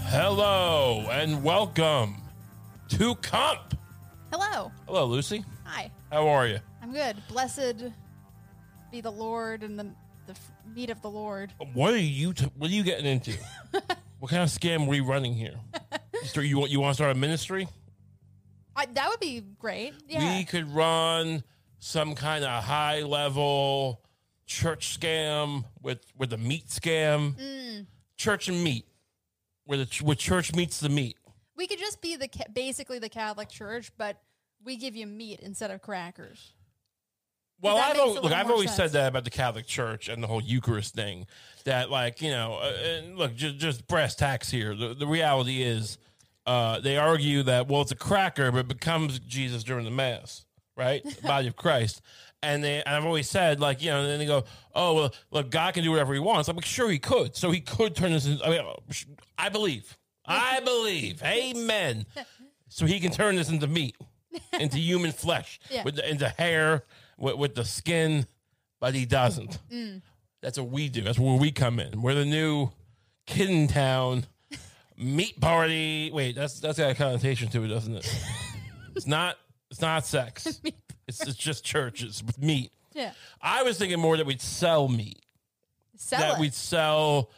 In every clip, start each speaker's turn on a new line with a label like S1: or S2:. S1: Hello and welcome to Comp.
S2: Hello.
S1: Hello, Lucy.
S2: Hi.
S1: How are you?
S2: I'm good. Blessed be the Lord and the, the f- meat of the Lord.
S1: What are you? T- what are you getting into? what kind of scam are we running here? Mister, you want you want to start a ministry?
S2: I, that would be great. Yeah.
S1: We could run some kind of high level church scam with with a meat scam,
S2: Mm.
S1: church and meat, where the ch- where church meets the meat.
S2: We could just be the ca- basically the Catholic Church, but we give you meat instead of crackers.
S1: Well, I've
S2: that makes a
S1: always,
S2: little
S1: look, I've
S2: more
S1: always
S2: sense.
S1: said that about the Catholic Church and the whole Eucharist thing. That, like, you know, uh, and look, just, just brass tacks here. The, the reality is, uh, they argue that well, it's a cracker, but it becomes Jesus during the Mass, right? The body of Christ. And they, and I've always said, like, you know, and then they go, oh, well, look, God can do whatever He wants. I'm like, sure He could. So He could turn this. Into, I mean, oh, I believe, I believe, Amen. So He can turn this into meat, into human flesh,
S2: Yeah.
S1: with the, into hair, with, with the skin, but He doesn't. That's what we do. That's where we come in. We're the new kid in town meat party. Wait, that's that's got a connotation to it, doesn't it? it's not. It's not sex. It's, it's just churches with meat.
S2: Yeah.
S1: I was thinking more that we'd sell meat.
S2: Sell
S1: that
S2: it.
S1: we'd sell.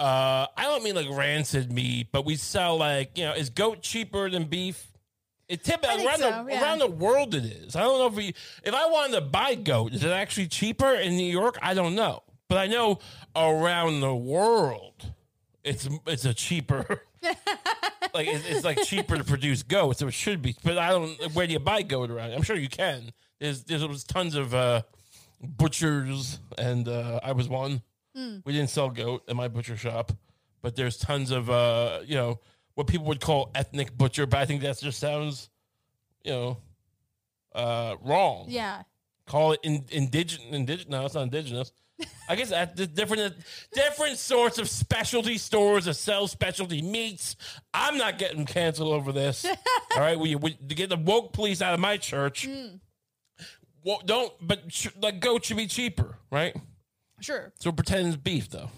S1: Uh, I don't mean like rancid meat, but we sell like you know, is goat cheaper than beef? It tip
S2: I think
S1: around
S2: so,
S1: the
S2: yeah.
S1: around the world it is. I don't know if we if I wanted to buy goat, is it actually cheaper in New York? I don't know, but I know around the world, it's it's a cheaper. like it's, it's like cheaper to produce goat, so it should be. But I don't. Where do you buy goat around? I'm sure you can. There's there's tons of uh, butchers, and uh, I was one. We didn't sell goat in my butcher shop, but there's tons of uh, you know what people would call ethnic butcher, but I think that just sounds, you know, uh, wrong.
S2: yeah.
S1: Call it in, indigenous. Indig- no, it's not indigenous. I guess that the different uh, different sorts of specialty stores that sell specialty meats. I'm not getting canceled over this. All right, we, we to get the woke police out of my church. Wo- don't, but sh- like goat should be cheaper, right?
S2: Sure.
S1: So pretend it's beef, though.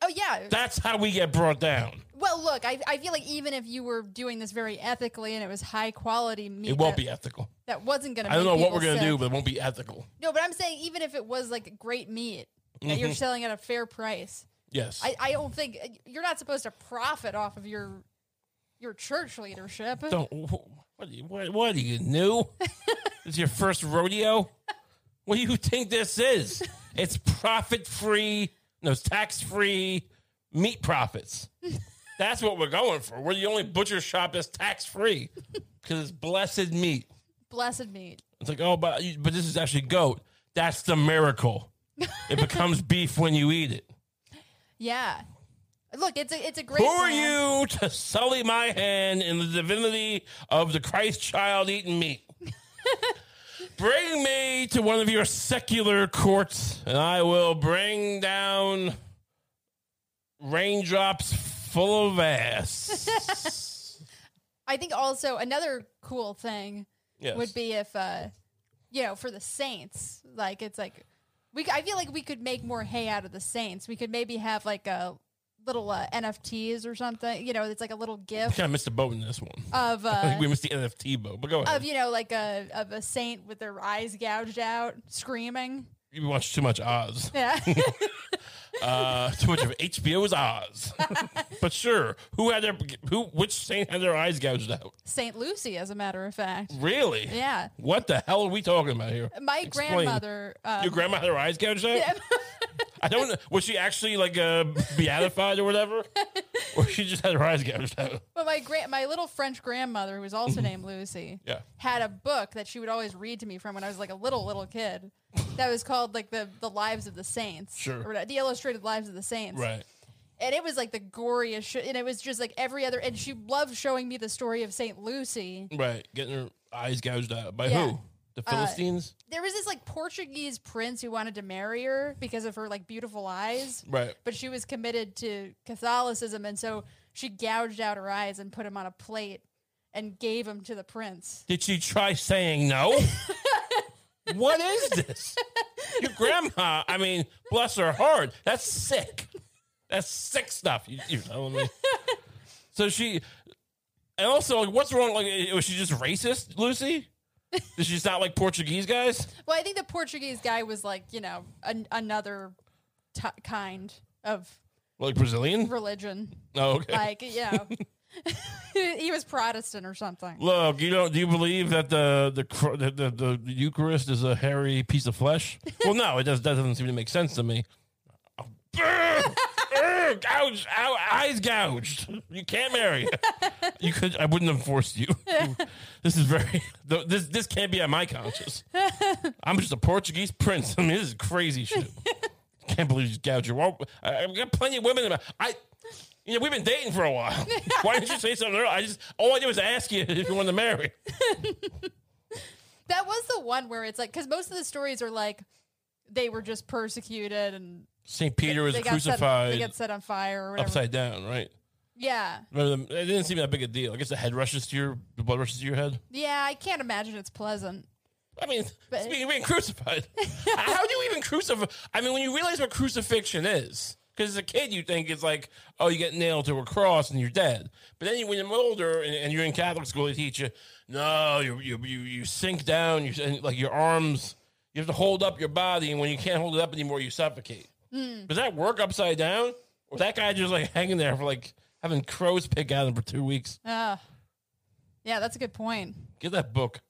S2: Oh, yeah.
S1: That's how we get brought down.
S2: well, look, I, I feel like even if you were doing this very ethically and it was high quality meat,
S1: It won't
S2: that,
S1: be ethical.
S2: That wasn't going to
S1: I don't know what we're gonna do, but Mm-hmm. it won't be ethical.
S2: No, but I'm saying even if it was like great meat that you're selling at a fair price,
S1: Yes,
S2: I, I don't think uh, you're not supposed to profit off of your your church leadership.
S1: don't. wh- What are you? What, what are you new? this is your first rodeo. What do you think this is? It's profit free. No, it's tax free meat profits. That's what we're going for. We're the only butcher shop that's tax free because it's blessed meat.
S2: Blessed meat.
S1: It's like, oh, but but this is actually goat. That's the miracle. It becomes beef when you eat it.
S2: Yeah. Look, it's a it's a great.
S1: Who are
S2: plan.
S1: you to sully my hand in the divinity of the Christ child eating meat? bring me to one of your secular courts, and I will bring down raindrops full of ass.
S2: I think also another cool thing
S1: yes.
S2: would be if uh you know, for the saints, like it's like we I feel like we could make more hay out of the saints. We could maybe have like a little uh, NFTs or something. You know, it's like a little gift
S1: kind of missed the boat in this one.
S2: of
S1: I think
S2: uh
S1: we missed the NFT boat, but go ahead.
S2: of you know like a of a saint with their eyes gouged out screaming.
S1: you watched too much Oz.
S2: Yeah.
S1: Uh, too much of HBO's Oz. but sure, who had their who? Which saint had their eyes gouged out?
S2: St. Lucy, as a matter of fact.
S1: Really?
S2: Yeah.
S1: What the hell are we talking about here?
S2: My
S1: Explain.
S2: grandmother. Um,
S1: Your grandma had her eyes gouged out. I don't. know. Was she actually like uh, beatified or whatever, or she just had her eyes gouged out?
S2: But my gra- my little French grandmother, who was also named Lucy,
S1: Mm-hmm. Yeah.
S2: had a book that she would always read to me from when I was like a little little kid. That was called like the the Lives of the Saints,
S1: Sure.
S2: or the Illustrated Lives of the Saints,
S1: Right.
S2: And it was like the goriest shit, and it was just like every other. And she loved showing me the story of Saint Lucy.
S1: Right. Getting her eyes gouged out by
S2: Yeah.
S1: who? The Philistines.
S2: There was this like Portuguese prince who wanted to marry her because of her like beautiful eyes,
S1: right.
S2: but she was committed to Catholicism, and so she gouged out her eyes and put him on a plate and gave him to the prince.
S1: Did she try saying no? what is this? Your grandma. I mean, bless her heart. That's sick. That's sick stuff. You, you know what I mean? so she, and also, like, what's wrong? Like, eh, was she just racist, Lucy? Did she just not like Portuguese guys?
S2: Well, I think the Portuguese guy was like, you know, an, another t- kind of
S1: Like Brazilian?
S2: religion.
S1: Oh, okay.
S2: Like, you know, he was Protestant or something.
S1: Look, you know, do you believe that the the cr- the, the the Eucharist is a hairy piece of flesh? Well, no, it does. That doesn't seem to make sense to me. Ugh, ugh, ouch, ow, eyes gouged. You can't marry. You could. I wouldn't have forced you. This is very. th- This this can't be on my conscience. I'm just a Portuguese prince. I mean, this is crazy shit. Can't believe you gouged your. wall- I- I've got plenty of women. In my, I you know, we've been dating for a while. Why didn't you say something earlier? I just all I did was ask you if you wanted to marry.
S2: That was the one where it's like, because most of the stories are like, they were just persecuted and
S1: St. Peter was
S2: they got Set, they
S1: crucified
S2: got set on fire or whatever.
S1: upside down, right?
S2: Yeah.
S1: Remember, them- it didn't seem that big a deal. I guess the head rushes to your, the blood rushes to your head.
S2: Yeah, I can't imagine it's pleasant.
S1: I mean,
S2: But-
S1: speaking of being crucified, how do you even crucify? I mean, when you realize what crucifixion is, because as a kid you think it's like, oh, you get nailed to a cross and you're dead. But then you, when you're older and, and you're in Catholic school, they teach you, no, you you you, you sink down, you and, like your arms, you have to hold up your body, and when you can't hold it up anymore, you suffocate. Does that work upside down, or that guy just like hanging there for like having crows pick at him for two weeks?
S2: Uh, yeah, that's a good point.
S1: Get that book.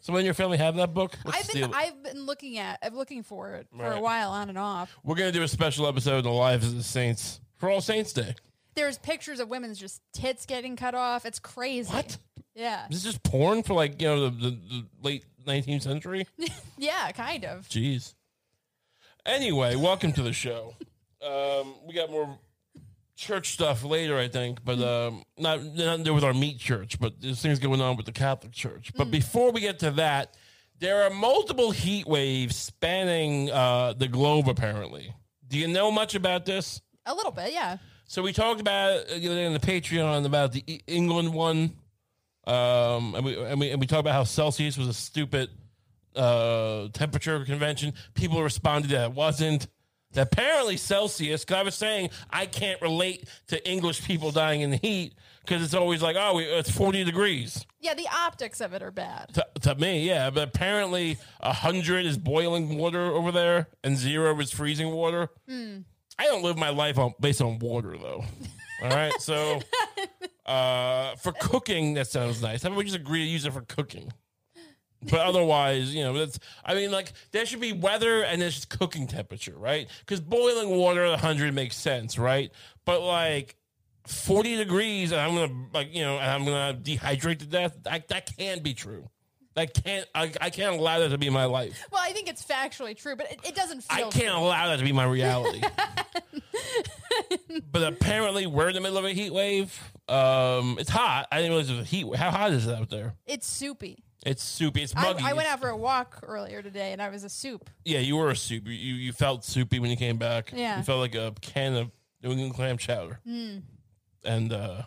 S1: Someone in your family have that book? Let's
S2: I've
S1: steal it.
S2: been I've been looking at I'm looking for it for a
S1: Right.
S2: while on and off.
S1: We're gonna do a special episode of the Lives of the Saints for All Saints Day.
S2: There's pictures of women's just tits getting cut off. It's crazy.
S1: What?
S2: Yeah.
S1: Is this just porn for like you know the, the, the late nineteenth century?
S2: Yeah, kind of.
S1: Jeez. Anyway, welcome to the show. Um, we got more church stuff later, I think, but um, not not there with our meat church, but there's things going on with the Catholic Church. But before we get to that, there are multiple heat waves spanning uh, the globe. Apparently, do you know much about this?
S2: A little bit, yeah.
S1: So we talked about uh, you know, in the Patreon about the E- England one, um, and we and we and we talked about how Celsius was a stupid uh, temperature convention. People responded that it wasn't. That apparently Celsius, because I was saying I can't relate to English people dying in the heat because it's always like, oh, we, it's forty degrees
S2: Yeah, the optics of it are bad.
S1: to, to me, yeah. But apparently, hundred is boiling water over there, and zero is freezing water. I don't live my life on based on water, though. All right, so uh, for cooking, that sounds nice. How about we just agree to use it for cooking? But otherwise, you know, that's. I mean, like there should be weather and there's just cooking temperature, right? Because boiling water at hundred makes sense, right? But like. 40 degrees and I'm gonna like you know and I'm gonna dehydrate to death. That that can't be true. That can't I, I can't allow that to be my life.
S2: Well, I think it's factually true, but it, it doesn't
S1: I
S2: feel
S1: can't allow that to be my reality. but apparently we're in the middle of a heat wave. Um it's hot. I didn't realize it was a heat wa- how hot is it out there?
S2: it's soupy.
S1: It's soupy, it's
S2: I,
S1: muggy.
S2: I went out for a walk earlier today and I was a soup.
S1: yeah, you were a soup. You you felt soupy when you came back.
S2: Yeah. Hmm.
S1: You felt like a can of New England clam chowder. And uh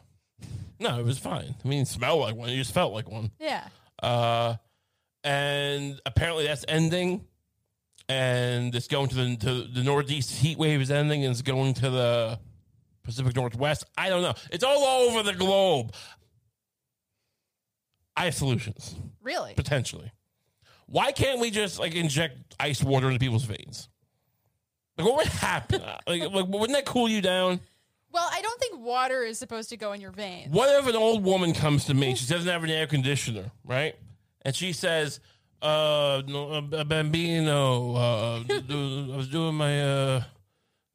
S1: no, it was fine. I mean, it smelled like one. You just felt like one.
S2: Yeah.
S1: uh, and apparently that's ending, and it's going to the to the northeast heat wave is ending, and it's going to the Pacific Northwest. I don't know. It's all over the globe. I have solutions
S2: Really?
S1: potentially. Why can't we just like inject ice water into people's veins? Like what would happen? like, like wouldn't that cool you down?
S2: Well, I don't think water is supposed to go in your veins.
S1: What if an old woman comes to me? She doesn't have an air conditioner, right? And she says, uh, no, uh, "Bambino, uh, do- I was doing my uh,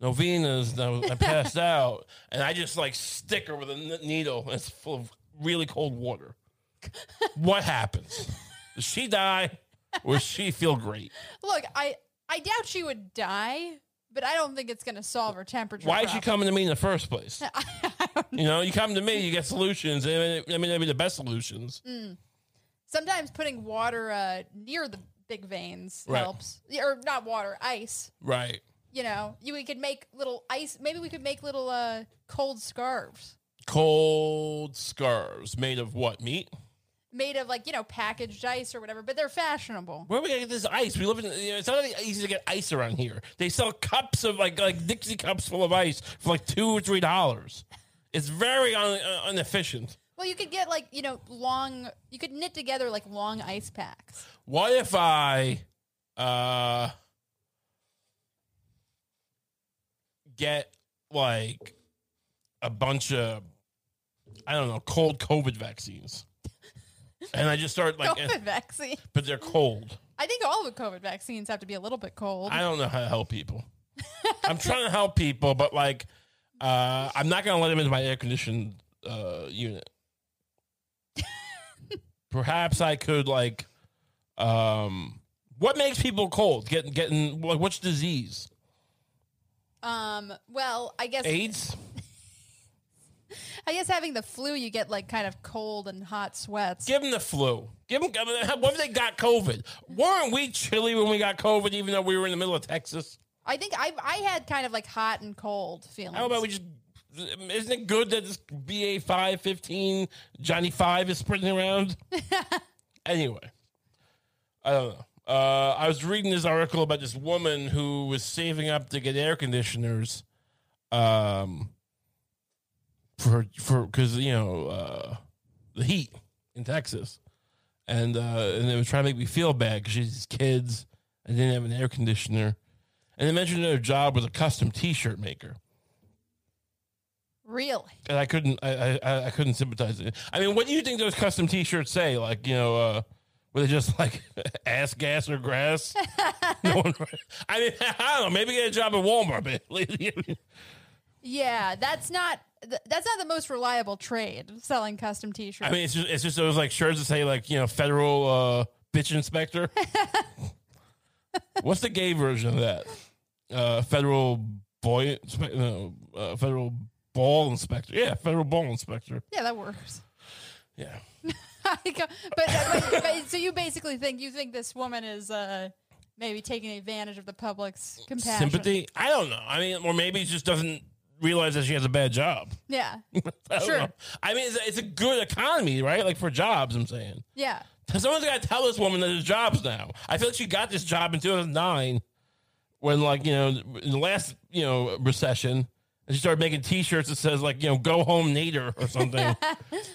S1: novenas and I, was- I passed out, and I just like stick her with a n- needle, and it's full of really cold water. What happens? Does she die, or does she feel great?
S2: Look, I I doubt she would die, but I don't think it's going to solve her temperature.
S1: Why is she
S2: problem.
S1: coming to me in the first place? You know, you come to me, you get solutions. I mean, I mean, they'd be the best solutions.
S2: Sometimes putting water uh, near the big veins
S1: Right.
S2: helps, Yeah, or not water, ice.
S1: Right.
S2: You know, you we could make little ice. Maybe we could make little uh, cold scarves.
S1: cold scarves made of what meat
S2: made of like you know packaged ice or whatever, but they're fashionable.
S1: Where are we gonna get this ice? We live in. You know, it's not really easy to get ice around here. They sell cups of like like Dixie cups full of ice for like two or three dollars. It's very un, un- inefficient.
S2: Well, you could get like you know long. You could knit together like long ice packs.
S1: What if I uh get like a bunch of I don't know cold COVID vaccines, and I just start like,
S2: COVID vaccine.
S1: but they're cold.
S2: I think all the COVID vaccines have to be a little bit cold.
S1: I don't know how to help people. I'm trying to help people, but like, uh, I'm not gonna let them into my air conditioned uh, unit. Perhaps I could like, um, what makes people cold? Getting getting like, what's disease?
S2: um. Well, I guess
S1: AIDS?
S2: I guess having the flu, you get like kind of cold and hot sweats.
S1: Give them the flu. Give them. What if they got COVID? Weren't we chilly when we got COVID, even though we were in the middle of Texas?
S2: I think I I had kind of like hot and cold feelings.
S1: How about we just? Isn't it good that this BA five fifteen Johnny Five is sprinting around? anyway, I don't know. Uh, I was reading this article about this woman who was saving up to get air conditioners, um, for for because you know uh, the heat in Texas, and uh, and they were trying to make me feel bad because she's kids and didn't have an air conditioner, and they mentioned their job was a custom T-shirt maker
S2: really?
S1: and I couldn't, I, I, I couldn't sympathize. with it. I mean, what do you think those custom T-shirts say? Like, you know, uh, were they just like ass gas or grass? no one, I mean, I don't know. Maybe get a job at Walmart. But
S2: Yeah, that's not th- that's not the most reliable trade selling custom T-shirts.
S1: I mean, it's just, it's just those like shirts that say like you know federal uh, bitch inspector. What's the gay version of that? Uh, federal boy, inspe- no, uh, federal ball inspector. Yeah, federal ball inspector.
S2: yeah, that works.
S1: Yeah.
S2: I go- but, uh, but, but so you basically think you think this woman is uh, maybe taking advantage of the public's compassion.
S1: sympathy. I don't know. I mean, or maybe he just doesn't realize that she has a bad job.
S2: Yeah,
S1: I don't
S2: Sure.
S1: know. I mean, it's a, it's a good economy, right? Like for jobs, I'm saying.
S2: yeah.
S1: Someone's got to tell this woman that there's jobs now. I feel like she got this job in 2009 when, like, you know, in the last, you know, recession. And she started making T-shirts that says like you know "Go home, Nader" or something,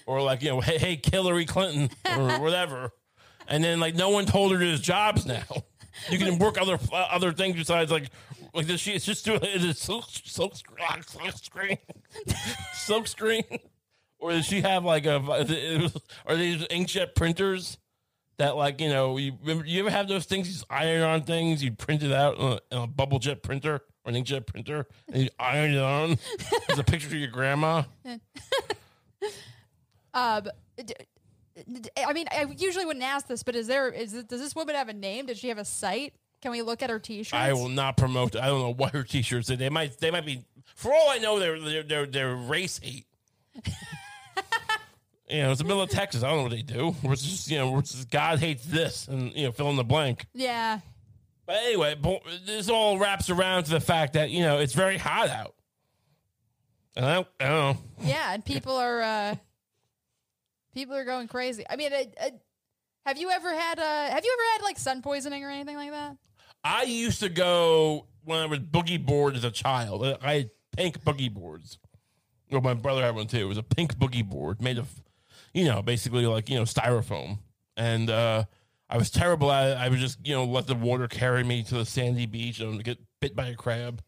S1: or like you know "Hey, hey Hillary Clinton" or whatever. And then like no one told her there's jobs now. You can work other uh, other things besides like like this. She it's just doing is it silk silk, silk screen silk screen or does she have like a are these inkjet printers that like you know you remember, you ever have those things these iron on things you print it out on a, on a bubble jet printer or an inkjet printer and you iron it on there's a picture of your grandma
S2: Um, d- d- I mean, I usually wouldn't ask this, but is there is it- does this woman have a name? Did she have a site? Can we look at her T-shirts?
S1: I will not promote I don't know what her t-shirts are they might they might be for all I know they're they're they're, they're race hate you know it's the middle of Texas I don't know what they do we're just you know we're just God hates this and you know fill in the blank
S2: Yeah,
S1: But anyway, bo- this all wraps around to the fact that you know it's very hot out. And I don't, I don't know.
S2: yeah, and people are uh, people are going crazy. I mean, uh, uh, have you ever had uh, have you ever had like sun poisoning or anything like that?
S1: I used to go when I was boogie board as a child. I had pink boogie boards. Well, my brother had one too. It was a pink boogie board made of, you know, basically like you know styrofoam. And uh, I was terrible at it. I would just you know let the water carry me to the sandy beach and get bit by a crab.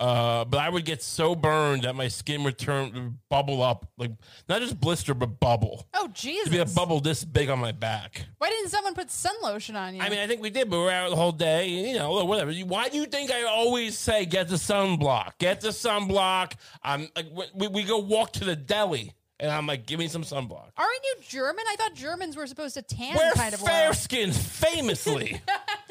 S1: Uh, but I would get so burned that my skin would turn would bubble up, like not just blister but bubble.
S2: Oh
S1: It'd be a
S2: Jesus!
S1: bubble this big on my back.
S2: Why didn't someone put sun lotion on you?
S1: I mean, I think we did, but we were out the whole day. You know, whatever. Why do you think I always say get the sunblock? Get the sunblock. I'm like, we, we go walk to the deli, and I'm like, give me some sunblock.
S2: aren't you German? I thought Germans were supposed to tan
S1: We're
S2: kind of
S1: fair
S2: well.
S1: skinned, famously.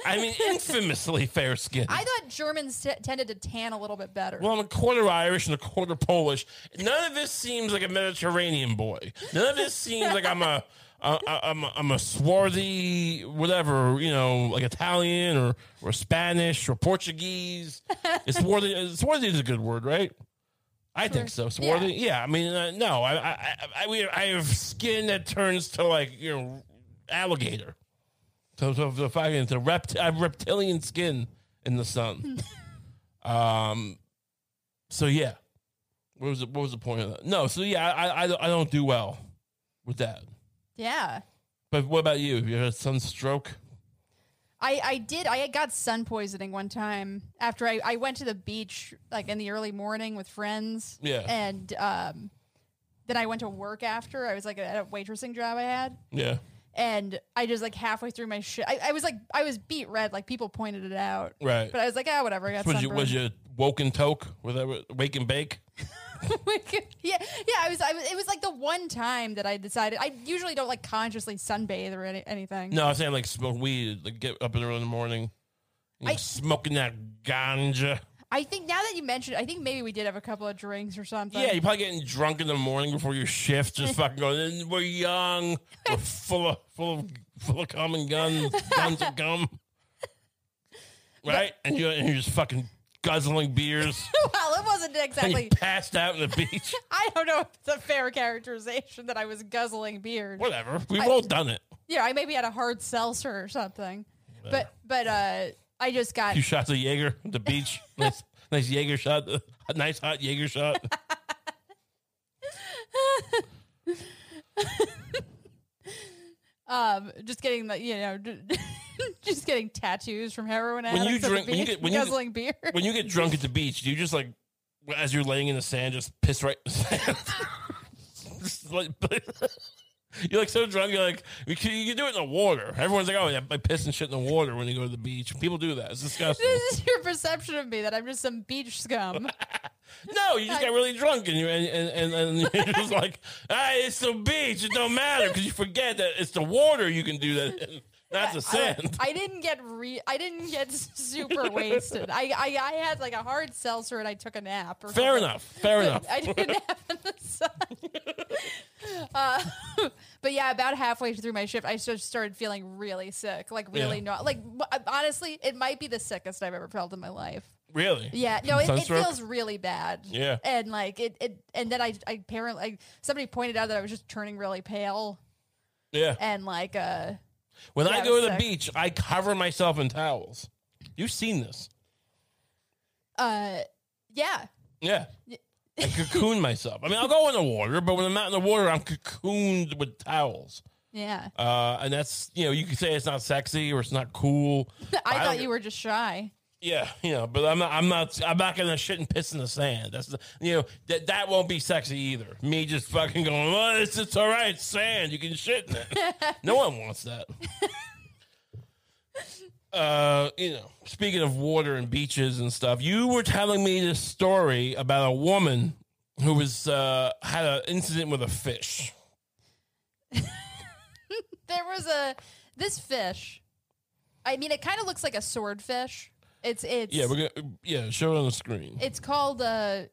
S1: I mean, infamously fair skinned.
S2: I thought Germans t- tended to tan a little bit better.
S1: Well, I'm a quarter Irish and a quarter Polish. None of this seems like a Mediterranean boy. None of this seems like I'm a, a, a I'm a, I'm a swarthy whatever you know, like Italian or or Spanish or Portuguese. It's swarthy. Swarthy is a good word, right? I think so.
S2: Sure.
S1: Swarthy. Yeah. I mean, uh, no. I, I, I, I, we, I have skin that turns to like you know, alligator. So, so the fucking the rept, I have reptilian skin in the sun. um. So yeah, what was the, what was the point of that? No. So yeah, I, I, I don't do well with that.
S2: Yeah.
S1: But what about you? Have you had a sunstroke?
S2: I, I did. I got sun poisoning one time after I, I went to the beach like in the early morning with friends.
S1: Yeah.
S2: And um, then I went to work after. I was like at a waitressing job I had.
S1: Yeah.
S2: And I just like halfway through my shit, I, I was like, I was beat red. Like people pointed it out.
S1: Right.
S2: But I was like, ah, whatever. I got
S1: Was you
S2: sunburned.
S1: was you woke and toke? Was that what- wake and bake?
S2: yeah, yeah. I was, I was. It was like the one time that I decided. I usually don't like consciously sunbathe or any, anything.
S1: No, I'm saying like smoke weed, like get up in the early in the morning, you know,
S2: I-
S1: smoking that ganja.
S2: I think now that you mentioned, I think maybe we did have a couple of drinks or something.
S1: yeah, you're probably getting drunk in the morning before your shift, just fucking going. "And We're young, we're full of full of full of cum and guns, guns and gum, right? and you're and you're just fucking guzzling beers,
S2: well, it wasn't
S1: and
S2: exactly.
S1: you passed out on the beach.
S2: I don't know if it's a fair characterization that I was guzzling beer.
S1: Whatever, we've all done it.
S2: Yeah, I maybe had a hard seltzer or something. But but uh, I just got
S1: Two shots of Jaeger at the beach. Nice, nice Jaeger shot. A nice hot Jaeger shot.
S2: um just getting the you know just getting tattoos from heroin
S1: you
S2: addicts at the
S1: drink- when you
S2: beach,
S1: get- when you get-
S2: guzzling beer.
S1: when you get drunk at the beach, do you just like as you're laying in the sand, just piss right in the sand? Just like- you're like so drunk, you're like you can, you can do it in the water. Everyone's like, oh yeah, I piss and shit in the water when you go to the beach. People do that. It's disgusting.
S2: This is your perception of me that I'm just some beach scum.
S1: no, you just got really drunk and you and and, and, and you're just like, ah, it's the beach. It don't matter because you forget that it's the water you can do that, in, not the
S2: I,
S1: sand.
S2: I didn't get re- I didn't get super wasted. I, I I had like a hard seltzer and I took a nap. Or
S1: Fair
S2: something.
S1: enough. Fair enough.
S2: I didn't have in the sun. uh, but yeah, about halfway through my shift, I just started feeling really sick. Like really
S1: Yeah.
S2: not like wh- honestly, it might be the sickest I've ever felt in my life.
S1: Really?
S2: Yeah, no, it, it
S1: Sunstroke?
S2: feels really bad.
S1: Yeah.
S2: and like it, it and then I, I apparently like, somebody pointed out that I was just turning really pale
S1: Yeah.
S2: and like uh
S1: When
S2: Yeah,
S1: I
S2: I
S1: go
S2: was
S1: to the
S2: sick.
S1: beach, I cover myself in towels. You've seen this.
S2: uh yeah.
S1: Yeah. I cocoon myself. I mean, I'll go in the water, but when I'm not in the water, I'm cocooned with towels.
S2: Yeah,
S1: Uh, and that's, you know, you can say it's not sexy or it's not cool.
S2: I,
S1: don't
S2: thought
S1: get-
S2: you were just shy.
S1: Yeah, you know, but I'm not, I'm not, I'm not gonna shit and piss in the sand. That's, the, you know, that that won't be sexy either. Me just fucking going, well, it's it's all right, it's sand. You can shit in it. no one wants that. Uh, you know, speaking of water and beaches and stuff, you were telling me this story about a woman who was uh had an incident with a fish.
S2: There was a this fish. I mean, it kind of looks like a swordfish. It's it's
S1: Yeah, we're gonna yeah show it on the screen.
S2: It's called a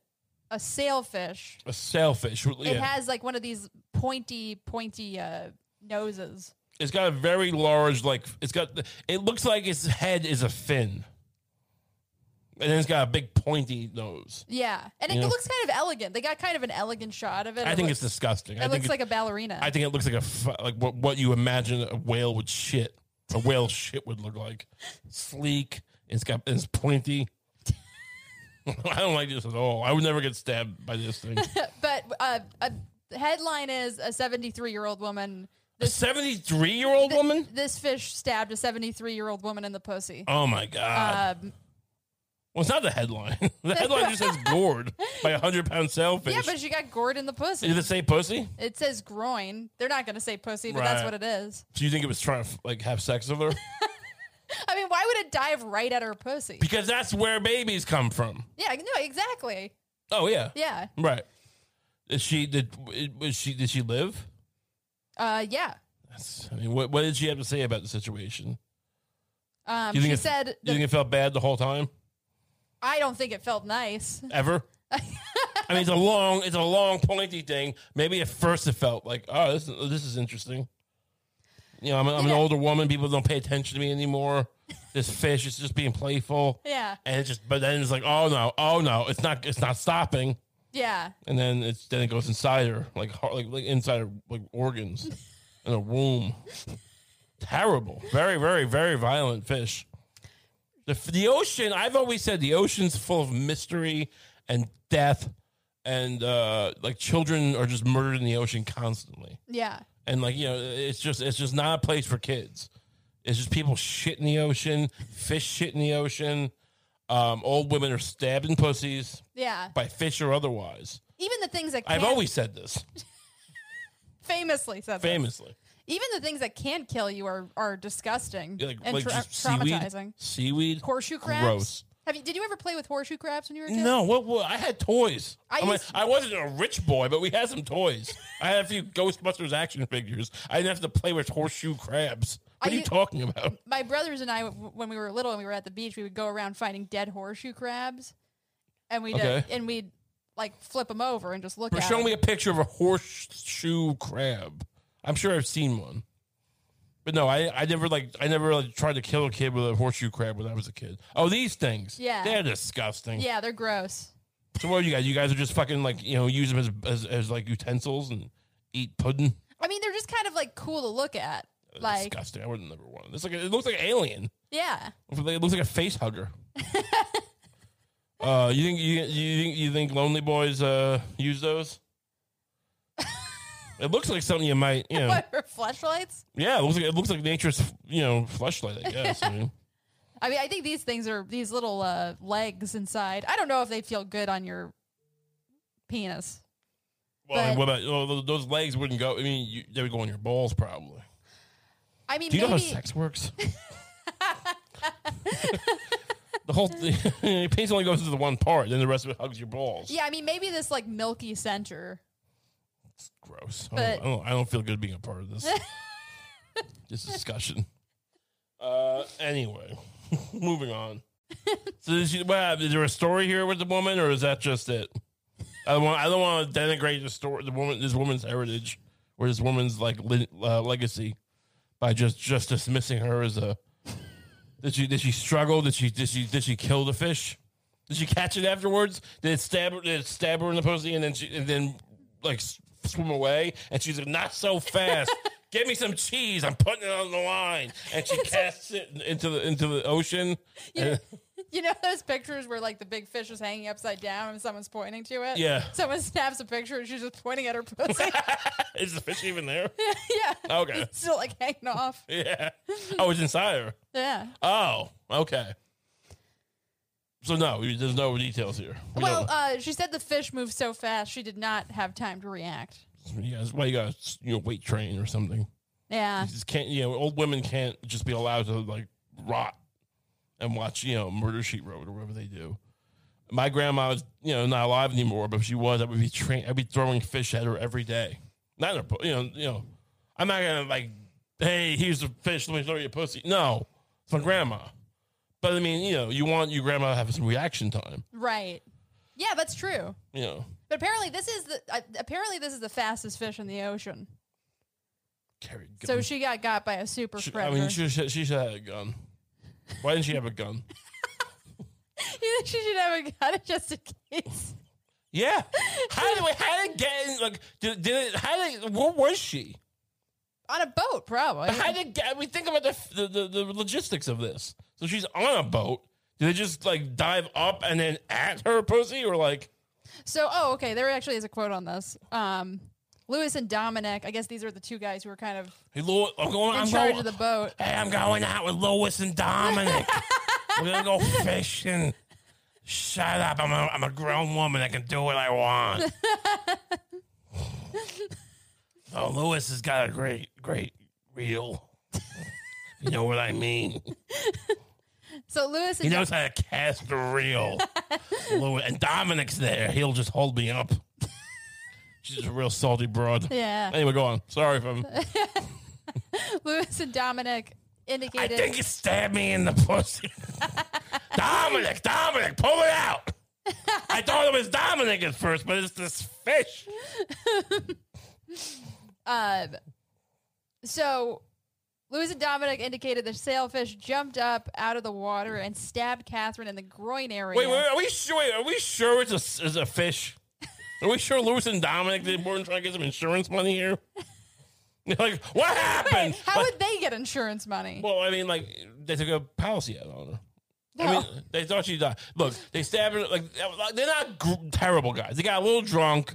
S2: a sailfish.
S1: a sailfish. Yeah,
S2: It has like one of these pointy, pointy uh, noses.
S1: it's got a very large like it's got it looks like its head is a fin and then it's got a big pointy nose
S2: Yeah, and it,
S1: Yeah.
S2: looks kind of elegant. They got kind of an elegant shot of it.
S1: i
S2: It
S1: think
S2: looks-
S1: it's disgusting i
S2: It
S1: think
S2: looks
S1: it-
S2: like a ballerina.
S1: i think it looks like a fu- like what, what you imagine a whale would shit a whale shit would look like sleek it's got it's pointy i don't like this at all i would never get stabbed by this thing
S2: but uh, uh, the headline is a 73 year old woman.
S1: a 73 year old woman
S2: This fish stabbed a 73 year old woman in the pussy.
S1: oh my god
S2: Um,
S1: well it's not the headline the headline just says gored by a 100 pound sailfish
S2: yeah, but she got gored in the pussy.
S1: is it the same pussy
S2: It says groin. They're not going to say pussy, but that's
S1: Right.
S2: what it is.
S1: Do you think it was trying to like have sex with her?
S2: I mean, why would it dive right at her pussy?
S1: because that's where babies come from.
S2: Yeah, no, exactly.
S1: Oh yeah,
S2: Yeah.
S1: right. Is she did was she did she live?
S2: Uh, yeah.
S1: That's, I mean, what what did she have to say about the situation?
S2: Um,
S1: You think
S2: she
S1: it-
S2: said,
S1: Do you think it felt bad the whole time
S2: "I don't think it felt nice."
S1: ever? I mean, it's a long it's a long pointy thing. Maybe at first it felt like oh this is- this is interesting. You know, I'm, I'm an
S2: Yeah.
S1: older woman. People don't pay attention to me anymore. This fish is just being playful,
S2: Yeah,
S1: and it's just. But then it's like, oh no, oh no, it's not. It's not stopping.
S2: Yeah.
S1: and then it's then it goes inside her, like heart, like like inside her like organs, in a womb. Terrible, very very very violent fish. The f- the ocean. I've always said the ocean's full of mystery and death, and uh, like children are just murdered in the ocean constantly.
S2: Yeah.
S1: And like you know, it's just it's just not a place for kids. It's just people shit in the ocean, fish shit in the ocean. Um, old women are stabbed in pussies
S2: Yeah.
S1: by fish or otherwise.
S2: Even the things that can,
S1: I've always said this
S2: famously said this.
S1: famously.
S2: Even the things that can kill you are are disgusting
S1: Like,
S2: and
S1: like
S2: tra-
S1: just seaweed,
S2: traumatizing.
S1: seaweed.
S2: Horseshoe crabs.
S1: Gross.
S2: Have you? Did you ever play with horseshoe crabs when you were a kid?
S1: No, what, what? I had toys.
S2: I
S1: I, mean,
S2: used-
S1: I wasn't a rich boy, but we had some toys. I had a few Ghostbusters action figures. I didn't have to play with horseshoe crabs. What
S2: I
S1: are you
S2: u-
S1: talking about?
S2: My brothers and I, w- when we were little and we were at the beach, we would go around finding dead horseshoe crabs, and we'd uh,
S1: Okay.
S2: and we'd like flip them over and just look
S1: Bro,
S2: at.
S1: show
S2: 'em.
S1: me a picture of a horseshoe crab. I'm sure I've seen one. But no, I, I never like I never like tried to kill a kid with a horseshoe crab when I was a kid. Oh, these things.
S2: Yeah.
S1: They're disgusting.
S2: Yeah, they're gross.
S1: So what are you guys? You guys are just fucking like, you know, use them as as, as like utensils and eat pudding?
S2: I mean, they're just kind of like cool to look at. Like,
S1: Uh, disgusting. I would never want it. It's like it looks like an alien.
S2: yeah,
S1: It looks like a face hugger. uh, you think you, you think you think lonely boys uh use those? it looks like something you might you know.
S2: what are flashlights?
S1: Yeah, it looks like it looks like nature's you know flashlight. I guess. I mean,
S2: I mean, I think these things are these little uh, legs inside. I don't know if they'd feel good on your penis.
S1: well,
S2: But-
S1: what about oh, tho- those legs? Wouldn't go. I mean, you, they would go on your balls probably.
S2: I mean,
S1: Do you know
S2: maybe
S1: how sex works? the whole thing, penis only goes to the one part, then the rest of it hugs your balls.
S2: yeah, I mean, maybe this like milky center.
S1: Gross. I, don't,
S2: But-
S1: I, don't, I don't feel good being a part of this. this discussion. Uh, anyway, moving on. so, is, she, well, is there a story here with the woman, or is that just it? I don't want. I don't want to denigrate the story, the woman, this woman's heritage, or this woman's like li- uh, legacy, by just just dismissing her as a. Did she did she struggle? Did she did she did she kill the fish? Did she catch it afterwards? Did it stab her? Did it stab her in the pussy and then she and then like s- swim away? And she's like, not so fast. Give me some cheese. I'm putting it on the line. And she casts it into the into the ocean.
S2: You,
S1: And-
S2: you know those pictures where like the big fish is hanging upside down and someone's pointing to it.
S1: Yeah.
S2: someone snaps a picture and she's just pointing at her pussy.
S1: Is the fish even there?
S2: yeah,
S1: Okay.
S2: It's still like hanging off.
S1: Yeah. Oh, it's inside her.
S2: Yeah.
S1: Oh, okay. So no, we- there's no details here. We
S2: well,
S1: don't-
S2: uh, she said the fish moved so fast she did not have time to react.
S1: you guys, why you guys, you know, weight train or something?
S2: Yeah.
S1: You just can't you know old women can't just be allowed to like rot and watch you know murder sheet road or whatever they do my grandma is you know not alive anymore but if she was i would be train i'd be throwing fish at her every day not in her pu- you know you know i'm not gonna like hey here's the fish let me throw you a pussy no it's my grandma but i mean you know you want your grandma to have some reaction time
S2: Right. Yeah, that's true.
S1: you know
S2: But apparently this is the uh, apparently this is the fastest fish in the ocean.
S1: carry gun.
S2: So she got got by a super
S1: She- i
S2: predator.
S1: mean she, should- she should have had a gun why didn't she have a gun
S2: you think she should have a gun just in case?
S1: Yeah. How did we, how did it get in, like did, did it how did where was she?
S2: On a boat, probably.
S1: How did it get, we think about the, the the the logistics of this? So she's on a boat. Do they just like dive up and then at her pussy or like
S2: So, oh, okay. There actually is a quote on this. Um, Lewis and Dominic. I guess these are the two guys who were kind of
S1: hey Lord, I'm going
S2: in
S1: I'm
S2: charge
S1: going,
S2: of the boat.
S1: Hey, I'm going out with Lois and Dominic. We're gonna go fishing. Shut up. I'm a, I'm a grown woman. I can do what I want. oh, Lewis has got a great, great reel. You know what I mean?
S2: So Lewis
S1: He
S2: and
S1: knows how to cast a reel. Lewis, and Dominic's there. He'll just hold me up. She's a real salty broad.
S2: yeah,
S1: Anyway, go on. Sorry if I'm.
S2: Lewis and Dominic
S1: I
S2: indicated.
S1: think you stabbed me in the pussy. Dominic, Dominic, pull it out. I thought it was Dominic at first, but it's this fish.
S2: Um, so Lewis and Dominic indicated the sailfish jumped up out of the water and stabbed Catherine in the groin area.
S1: Wait, wait, are we sure? Wait, are we sure it's a, it's a fish? Are we sure Lewis and Dominic did more than trying to get some insurance money here? They're like, what happened?
S2: How would they get insurance money?
S1: Well, I mean, like they took a policy out on her. I
S2: No.
S1: mean, they thought she died. Look, they stabbed her. Like they're not gr- terrible guys. They got a little drunk.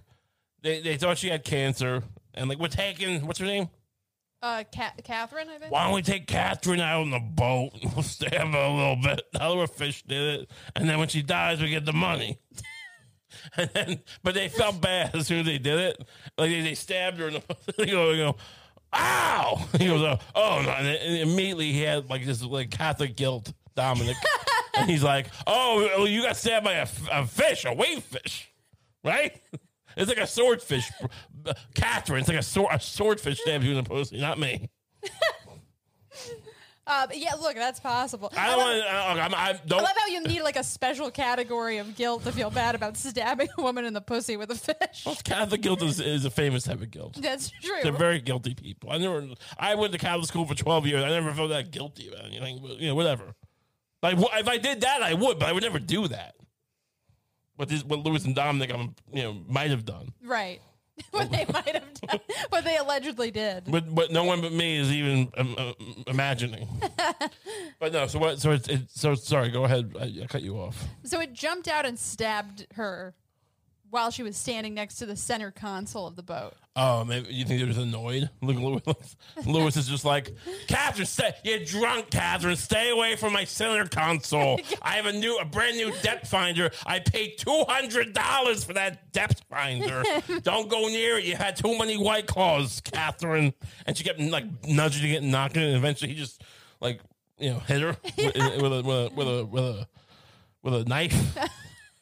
S1: They they thought she had cancer, and like we're taking what's her name?
S2: Uh, Ca- Catherine, I think.
S1: Why don't we take Catherine out on the boat? We'll stab her a little bit. Tell her a fish did it, and then when she dies, we get the money. and then, but they felt bad as soon as they did it. Like they, they stabbed her, in the they go, they go, ow! He goes, oh, oh no! And, and immediately he had like this like Catholic guilt, Dominic, and he's like, oh, well, you got stabbed by a, f- a fish, a wave fish, right? It's like a swordfish, Catherine. It's like a sword, a swordfish stabs you in the pussy, not me.
S2: Uh, but yeah, look, that's possible.
S1: I
S2: I
S1: don't
S2: love-
S1: want. I, I'm- I
S2: I
S1: don't.
S2: love how you need like a special category of guilt to feel bad about stabbing a woman in the pussy with a fish.
S1: Catholic guilt is, is a famous type of guilt.
S2: That's true.
S1: Oh. They're very guilty people. I never. I went to Catholic school for twelve years. I never felt that guilty about anything. But, you know, whatever. Like wh- if I did that, I would, but I would never do that. But this, what Lewis and Dominic, I'm, you know, might have done.
S2: Right.
S1: Oh.
S2: what they might have done, what they allegedly did.
S1: But but no one but me is even um, uh, imagining. but no. So what? So it's, it's so sorry. Go ahead. I, I cut you off.
S2: So it jumped out and stabbed her while she was standing next to the center console of the boat.
S1: Oh, maybe you think they're just annoyed? Look, Lewis, Lewis is just like, Catherine, stay, you're drunk, Catherine. Stay away from my center console. I have a new, a brand new depth finder. I paid two hundred dollars for that depth finder. Don't go near it. You had too many white claws, Catherine. And she kept like nudging it and knocking it. And eventually, he just like you know hit her with, with, a, with a with a with a with a knife,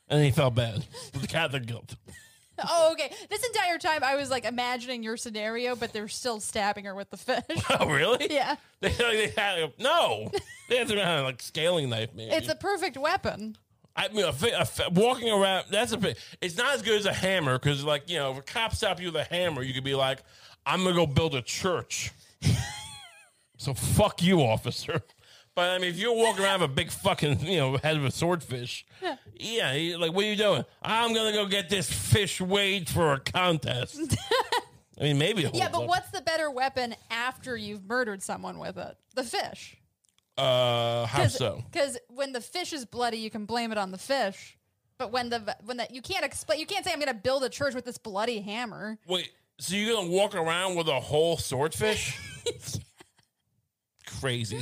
S1: and he felt bad. The Catholic guilt.
S2: Oh, okay. This entire time I was like imagining your scenario, but they're still stabbing her with the fish.
S1: Oh, really?
S2: yeah.
S1: They, they had a, no. They had some kind of like scaling knife, maybe.
S2: It's a perfect weapon.
S1: I mean, a, fi- a fi- walking around. That's a. fi- It's not as good as a hammer because, like, you know, if a cop stop you with a hammer, you could be like, "I'm gonna go build a church." so fuck you, officer. But I mean, if you're walking around with a big fucking, you know, head of a swordfish, yeah, you- like, what are you doing? I'm gonna go get this fish weighed for a contest. I mean, maybe. it
S2: Yeah,
S1: holds
S2: but
S1: up.
S2: what's the better weapon after you've murdered someone with it? The fish.
S1: Uh, how so?
S2: Because when the fish is bloody, you can blame it on the fish. But when the when that you can't explain, you can't say I'm going to build a church with this bloody hammer.
S1: Wait, so you're gonna walk around with a whole swordfish? Crazy.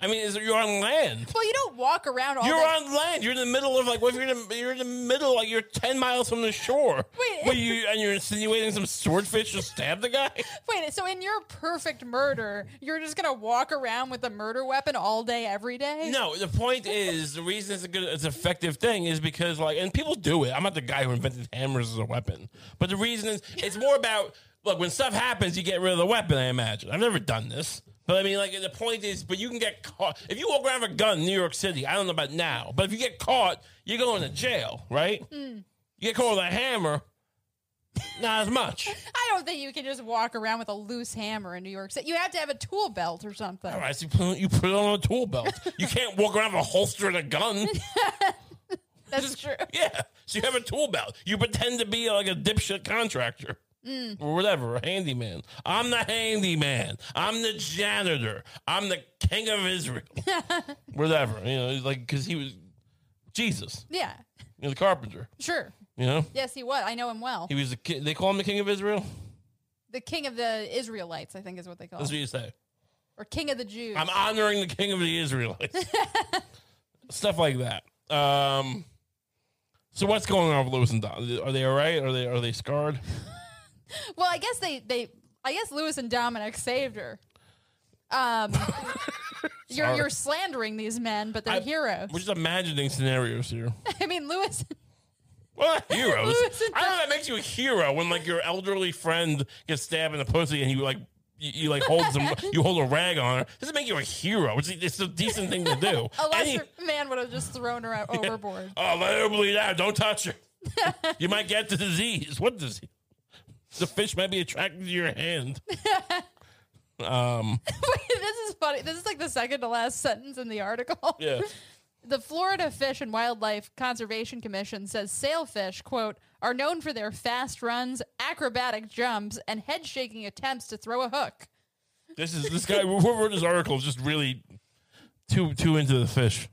S1: I mean, is you're on land.
S2: Well, you don't walk around all
S1: You're
S2: day.
S1: on land. You're in the middle of like what if you're in the, you're in the middle like you're ten miles from the shore.
S2: Wait.
S1: What, you and you're insinuating some swordfish to stab the guy?
S2: Wait, so in your perfect murder, you're just going to walk around with a murder weapon all day, every day?
S1: No, the point is the reason it's a good, it's an effective thing is because like, and people do it. I'm not the guy who invented hammers as a weapon, but the reason is it's more about look when stuff happens, you get rid of the weapon. I imagine I've never done this, but I mean like the point is, but you can get caught if you walk around with a gun in New York City. I don't know about now, but if you get caught, you're going to jail, right? You get caught with a hammer, not as much.
S2: I don't think you can just walk around with a loose hammer in New York City. You have to have a tool belt or something.
S1: All right, so you put, you put it on a tool belt. You can't walk around with a holster and a gun.
S2: That's true.
S1: Yeah. So you have a tool belt. You pretend to be like a dipshit contractor. Or whatever, a handyman. I'm the handyman. I'm the janitor. I'm the king of Israel. whatever. You know, he's like, because he was Jesus,
S2: Yeah,
S1: you know, the carpenter.
S2: sure.
S1: You know,
S2: Yes, he was. I know him well.
S1: he was the ki- They call him the king of Israel.
S2: The king of the Israelites, I think is what they call
S1: That's
S2: him.
S1: what you say.
S2: Or king of the Jews.
S1: I'm honoring the king of the Israelites. Stuff like that. Um, so what's going on with Lewis and Don? Are they all right? Are they are they scarred?
S2: Well, I guess they they I guess Lewis and Dominic saved her. Um, you're
S1: Sorry.
S2: you're slandering these men, but they're
S1: I-
S2: heroes.
S1: We're just imagining scenarios here.
S2: I mean, Lewis.
S1: Well, not heroes.
S2: Lewis and
S1: I don't know. That makes you a hero when like your elderly friend gets stabbed in the pussy and you like you, you like hold some you hold a rag on her. It doesn't make you a hero. It's, it's a decent thing to do.
S2: A
S1: Any-
S2: lesser man would have just thrown her out overboard.
S1: oh, let her bleed out. Don't touch her. you might get the disease. What disease? The fish might be attracted to your hand. um.
S2: Wait, this is funny. This is like the second to last sentence in the article.
S1: Yeah.
S2: The Florida Fish and Wildlife Conservation Commission says sailfish, quote, are known for their fast runs, acrobatic jumps, and head shaking attempts to throw a hook.
S1: This is this guy who wrote this article is just really too too into the fish.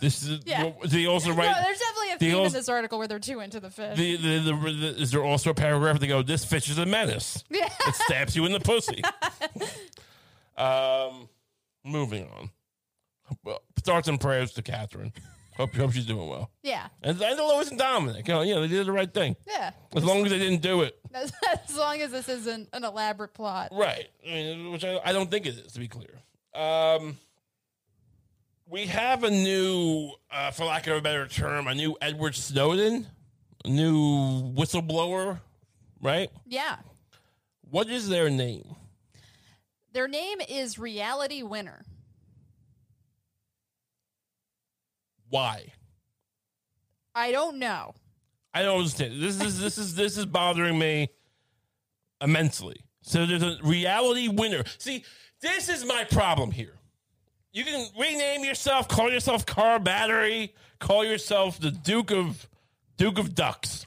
S1: This is
S2: Yeah.
S1: well, did he also
S2: No,
S1: write
S2: there's definitely a
S1: The
S2: theme
S1: old-
S2: in this article where they're too into the fish.
S1: the, the, the, the is there also a paragraph that go this fish is a menace.
S2: yeah.
S1: It stabs you in the pussy. um, moving on. Well, Thoughts and prayers to Catherine. Hope hope she's doing well.
S2: yeah.
S1: And, and Lois and Dominic, you know, you know, they did the right thing.
S2: Yeah.
S1: As long as they didn't do it
S2: As, as long as this isn't an elaborate plot.
S1: Right. I mean, which I, I don't think it is, to be clear. Um, we have a new, uh, for lack of a better term, a new Edward Snowden, a new whistleblower, right?
S2: Yeah.
S1: What is their name?
S2: Their name is Reality Winner.
S1: Why?
S2: I don't know.
S1: I don't understand. This is this is this is bothering me immensely. So there's a reality winner. See, this is my problem here. You can rename yourself, call yourself Car Battery, call yourself the Duke of Duke of Ducks.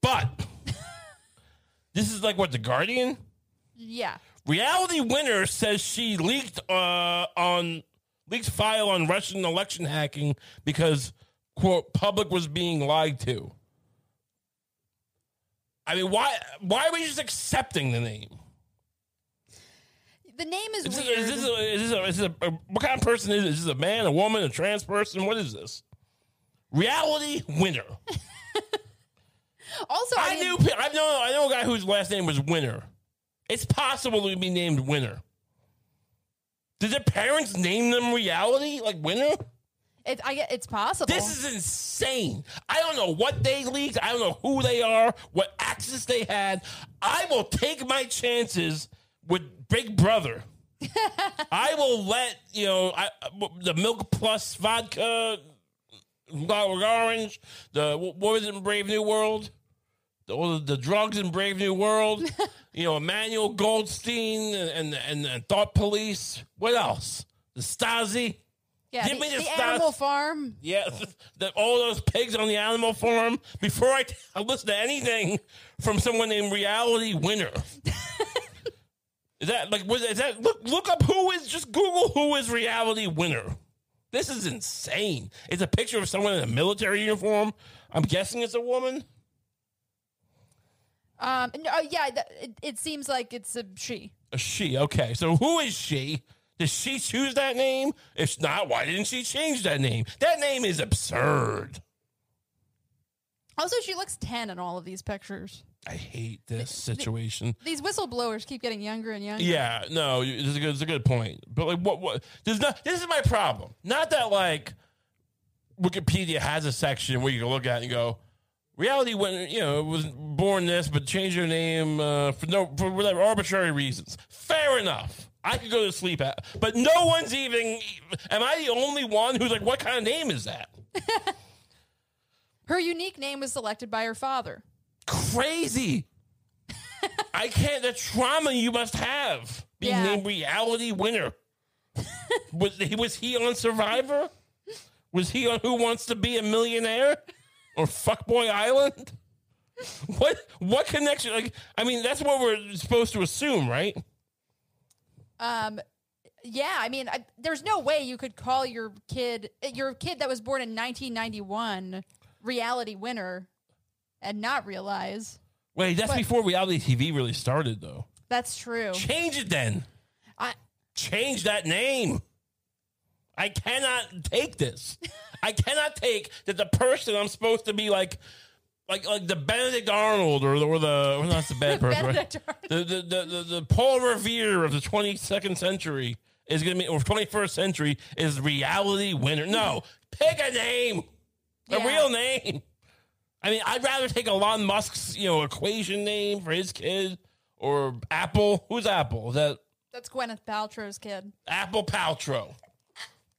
S1: But this is like what the Guardian
S2: Yeah.
S1: reality winner says she leaked uh, on leaked file on Russian election hacking because quote public was being lied to. I mean, why why are we just accepting the name?
S2: The name is
S1: Is this,
S2: weird.
S1: is this, a, is this, a, is this a, what kind of person is this? Is this a man, a woman, a trans person? What is this? Reality winner.
S2: also,
S1: I
S2: I, mean,
S1: knew pe- I know I know a guy whose last name was Winner. It's possible to be named Winner. Did their parents name them reality like Winner?
S2: it, I, get- it's possible.
S1: This is insane. I don't know what they leaked. I don't know who they are, what access they had. I will take my chances with Big Brother. I will let you know I, the milk plus vodka, Blower orange. The what was it in Brave New World? The, all the drugs in Brave New World. you know, Emmanuel Goldstein and and, and Thought Police. What else? The Stasi.
S2: yeah,
S1: give
S2: the,
S1: me this
S2: the
S1: stuff.
S2: animal farm.
S1: Yeah, that all those pigs on the animal farm. Before I, I listen to anything from someone named Reality Winner. is that like was is that look look up who is just Google who is Reality Winner. This is insane. It's a picture of someone in a military uniform. I'm guessing it's a woman.
S2: Um, no, oh, yeah, th- it, it seems like it's a she.
S1: A she. Okay, so who is she? Did she choose that name? If not, why didn't she change that name? That name is absurd.
S2: Also, she looks 10 in all of these pictures.
S1: I hate this situation.
S2: These whistleblowers keep getting younger and younger.
S1: Yeah, no, you- it's a good, it's a good point. But like, what, what? There's not. This is my problem. Not that like Wikipedia has a section where you can look at it and go, reality when you know was born this, but change your name uh, for no for whatever arbitrary reasons. Fair enough. I could go to sleep at, but no one's even. Am I the only one who's like, what kind of name is that?
S2: Her unique name was selected by her father.
S1: Crazy. I can't. The trauma you must have being
S2: Yeah.
S1: named reality winner. was he was he on Survivor? Was he on Who Wants to Be a Millionaire or Fuckboy Island? What what connection? Like I mean, that's what we're supposed to assume, right?
S2: Um, yeah, I mean, I, there's no way you could call your kid, your kid that was born in 1991, reality winner, and not realize
S1: Wait, that's
S2: What?
S1: before reality TV really started, though.
S2: that's true.
S1: Change it then.
S2: I,
S1: change that name. I cannot take this. I cannot take that the person I'm supposed to be like, like like the Benedict Arnold or the or the or that's the bad person, right?
S2: Benedict Arnold.
S1: The, the, the the the Paul Revere of the 22nd century is gonna be or 21st century is reality winner. No, pick a name, a
S2: Yeah.
S1: real name. I mean, I'd rather take Elon Musk's you know equation name for his kid or Apple. Who's Apple? Is that
S2: That's Gwyneth Paltrow's kid.
S1: Apple Paltrow.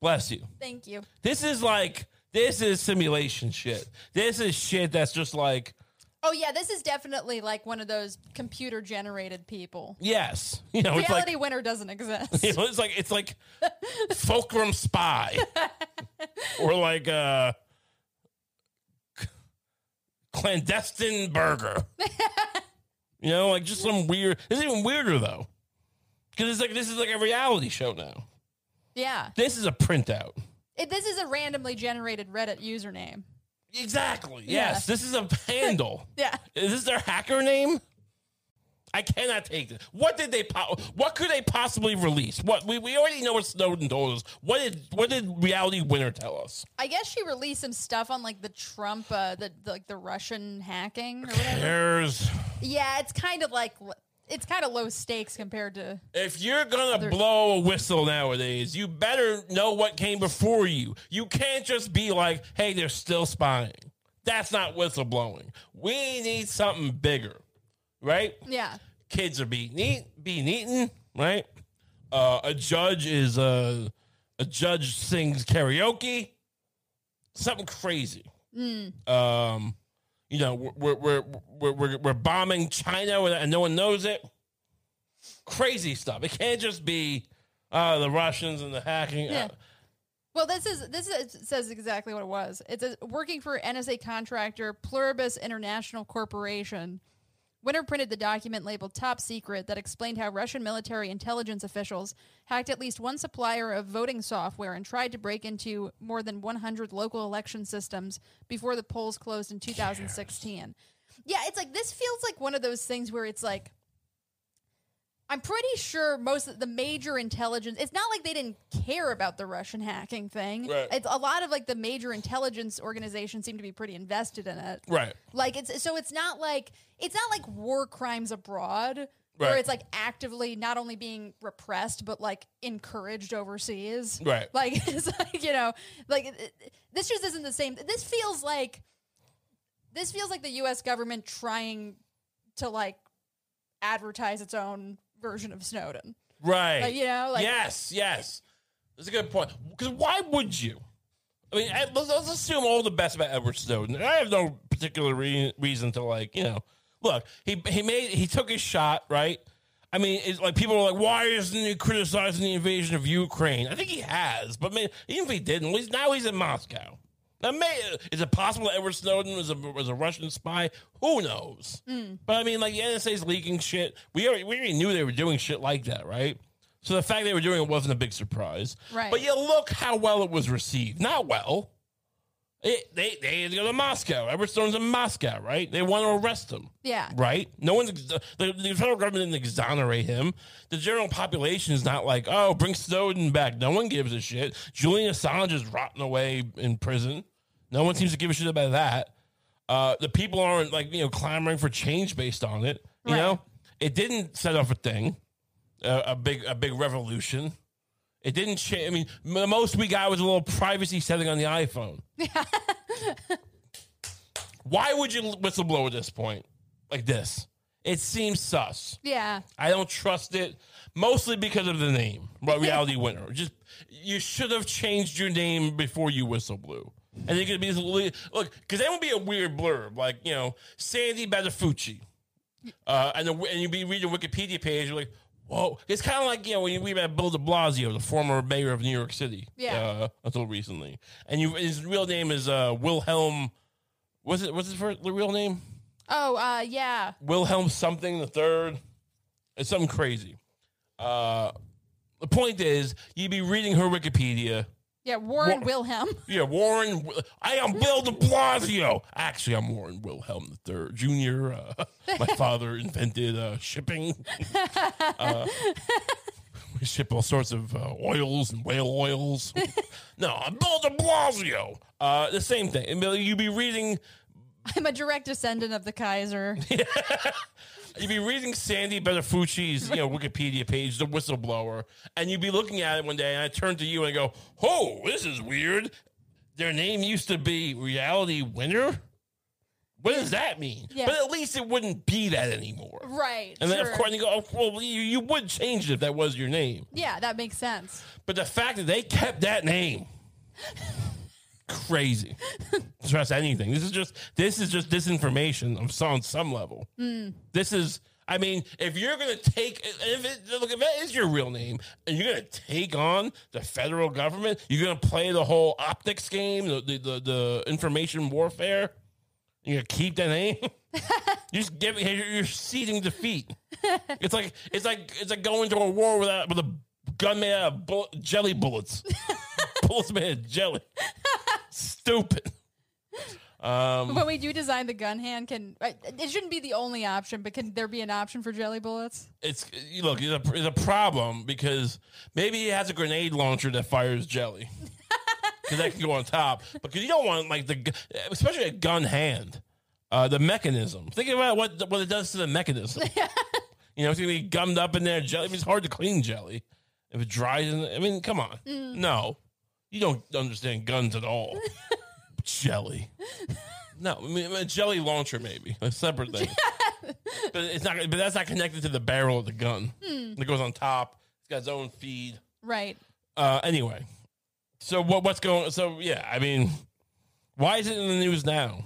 S1: Bless you.
S2: Thank you.
S1: This is like this is simulation shit. This is shit that's just like
S2: Oh yeah, this is definitely like one of those computer generated people.
S1: Yes, you know, it's
S2: Reality
S1: like
S2: winner doesn't exist.
S1: you know, it's like it's like Fulcrum Spy, or like uh, clandestine burger. you know, like just some weird. It's even weirder though, because it's like this is like a reality show now.
S2: yeah.
S1: This is a printout.
S2: It, this is a randomly generated Reddit username.
S1: Exactly.
S2: Yeah.
S1: Yes, this is a handle.
S2: Yeah.
S1: Is this their hacker name? I cannot take this. What did they? Po- what could they possibly release? What we, we already know what Snowden told us. What did what did Reality Winner tell us?
S2: I guess she released some stuff on like the Trump, uh, the, the like the Russian hacking. Or whatever.
S1: There's
S2: Yeah, it's kind of like it's kind of low stakes compared to.
S1: if you're gonna
S2: There's-
S1: blow a whistle nowadays, you better know what came before you. You can't just be like, "Hey, they're still spying." That's not whistleblowing. We need something bigger, right?
S2: Yeah.
S1: kids are being eat, being eaten, right? Uh, a judge is uh, a judge sings karaoke, something crazy.
S2: Hmm.
S1: Um, you know, we're we're we're we're, we're bombing China with- and no one knows it. Crazy stuff. It can't just be uh, the Russians and the hacking. uh,
S2: Yeah. Well, this is this is, says exactly what it was. It says working for NSA contractor Pluribus International Corporation. Winter printed the document labeled "Top Secret" that explained how Russian military intelligence officials hacked at least one supplier of voting software and tried to break into more than 100 local election systems before the polls closed in 2016. Yeah, it's like this feels like one of those things where it's like I'm pretty sure most of the major intelligence. It's not like they didn't care about the Russian hacking thing.
S1: Right.
S2: It's a lot of like the major intelligence organizations seem to be pretty invested in it.
S1: right.
S2: Like it's so it's not like it's not like war crimes abroad where
S1: Right.
S2: it's like actively not only being repressed but like encouraged overseas.
S1: Right.
S2: Like it's like you know like it- it- this just isn't the same. This feels like this feels like the U.S. government trying to like advertise its own version of Snowden.
S1: Right.
S2: Like, you know, like-
S1: yes, yes. That's a good point. Because why would you? I mean, I- let's, let's assume all the best about Edward Snowden. And I have no particular re- reason to like, you know, look. He he made he took his shot, right? I mean, it's like people are like, why isn't he criticizing the invasion of Ukraine? I think he has, but man, even if he didn't, well, he's, now he's in Moscow. Now, may, is it possible that Edward Snowden was a was a Russian spy? Who knows? But I mean, like the NSA's leaking shit. We already we already knew they were doing shit like that, right? So the fact they were doing it wasn't a big surprise.
S2: Right.
S1: But you look how well it was received. Not well. It, they they had to go to Moscow. Edward Snowden's in Moscow, right? They want to arrest him.
S2: Yeah.
S1: Right? No one's ex- the, the federal government didn't exonerate him. The general population is not like, oh, bring Snowden back. No one gives a shit. Julian Assange is rotting away in prison. No one seems to give a shit about that. Uh, the people aren't like you know clamoring for change based on it. You
S2: Right.
S1: know, it didn't set off a thing, a, a big a big revolution. It didn't change. I mean, m- the most we got was a little privacy setting on the iPhone. Why would you whistleblow at this point? Like this, it seems sus.
S2: Yeah.
S1: I don't trust it, mostly because of the name, but Reality Winner. Just you should have changed your name before you whistle blew. And it could be look because that would be a weird blurb, like you know Sandy Badafucci, uh, and the, and you'd be reading the Wikipedia page, you're like, whoa, it's kind of like you know when you read about Bill De Blasio, the former mayor of New York City,
S2: Yeah.
S1: uh, until recently, and you his real name is uh, Wilhelm. Was it was his first, the real name?
S2: Oh, uh, yeah.
S1: Wilhelm something the third. It's something crazy. Uh, the point is, you'd be reading her Wikipedia.
S2: Yeah. Warren
S1: Wa-
S2: Wilhelm.
S1: Yeah, Warren. I am Bill De Blasio. Actually, I'm Warren Wilhelm the Third Junior. Uh, my father invented uh, shipping. Uh, we ship all sorts of uh, oils and whale oils. no, I'm Bill De Blasio. Uh, the same thing. And you'd be reading
S2: I'm a direct descendant of the Kaiser.
S1: You'd be reading Sandy Benefucci's, you know, Wikipedia page, the whistleblower, and you'd be looking at it one day, and I turn to you and I go, "Oh, this is weird. Their name used to be Reality Winner. What does that mean?
S2: Yeah.
S1: But at least it wouldn't be that anymore.
S2: Right.
S1: And then
S2: sure.
S1: of course you go, oh, well, you, you would change it if that was your name.
S2: Yeah, that makes sense.
S1: But the fact that they kept that name, crazy. trust anything. This is just this is just disinformation of some on some level. This is I mean, if you're gonna take if it, look if that is your real name and you're gonna take on the federal government, you're gonna play the whole optics game, the the, the, the information warfare. You're gonna keep that name. you just give you're, you're ceding defeat. It's like it's like it's like going to a war without with a gun made out of bullet, jelly bullets. bullets made of jelly. Stupid. Um,
S2: When we do design the gun hand, can I- it shouldn't be the only option, but can there be an option for jelly bullets?
S1: it's you look, it's a, it's a problem because maybe it has a grenade launcher that fires jelly. Because that can go on top, because you don't want like the gu- especially a gun hand, uh, the mechanism. Think about what what it does to the mechanism. you know, it's gonna be gummed up in there. Jelly, I mean, it's hard to clean jelly if it dries. In, I mean, come on, no, you don't understand guns at all. jelly, no, I mean, a jelly launcher maybe a separate thing. But it's not. But that's not connected to the barrel of the gun.
S2: Hmm.
S1: It goes on top. It's got its own feed.
S2: Right.
S1: Uh, anyway, so what? What's going? So yeah, I mean, why is it in the news now?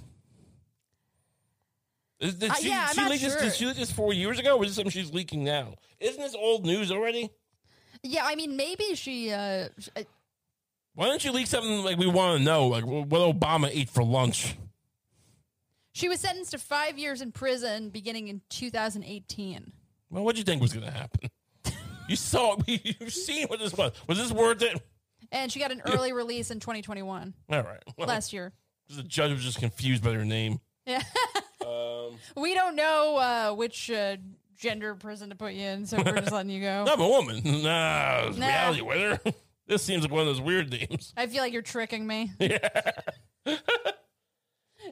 S1: Is- Did
S2: Uh,
S1: she,
S2: yeah, I'm
S1: she
S2: not
S1: leaked this,
S2: sure.
S1: did she leak this four years ago, or is this something she's leaking now? Isn't this old news already?
S2: Yeah, I mean, maybe she. Uh, sh- uh,
S1: Why don't you leak something like we want to know, like wh- what Obama ate for lunch?
S2: she was sentenced to five years in prison beginning in 2018.
S1: Well, what do you think was going to happen? you saw, you've seen what this was. Was this worth it?
S2: And she got an early release in 2021,
S1: All right. Well,
S2: last year.
S1: the judge was just confused by their name.
S2: Yeah.
S1: Um,
S2: we don't know uh, which uh, gender prison to put you in, so we're just letting you go.
S1: I'm a woman. Nah, it's
S2: Nah.
S1: reality winner. This seems like one of those weird names.
S2: I feel like you're tricking me.
S1: All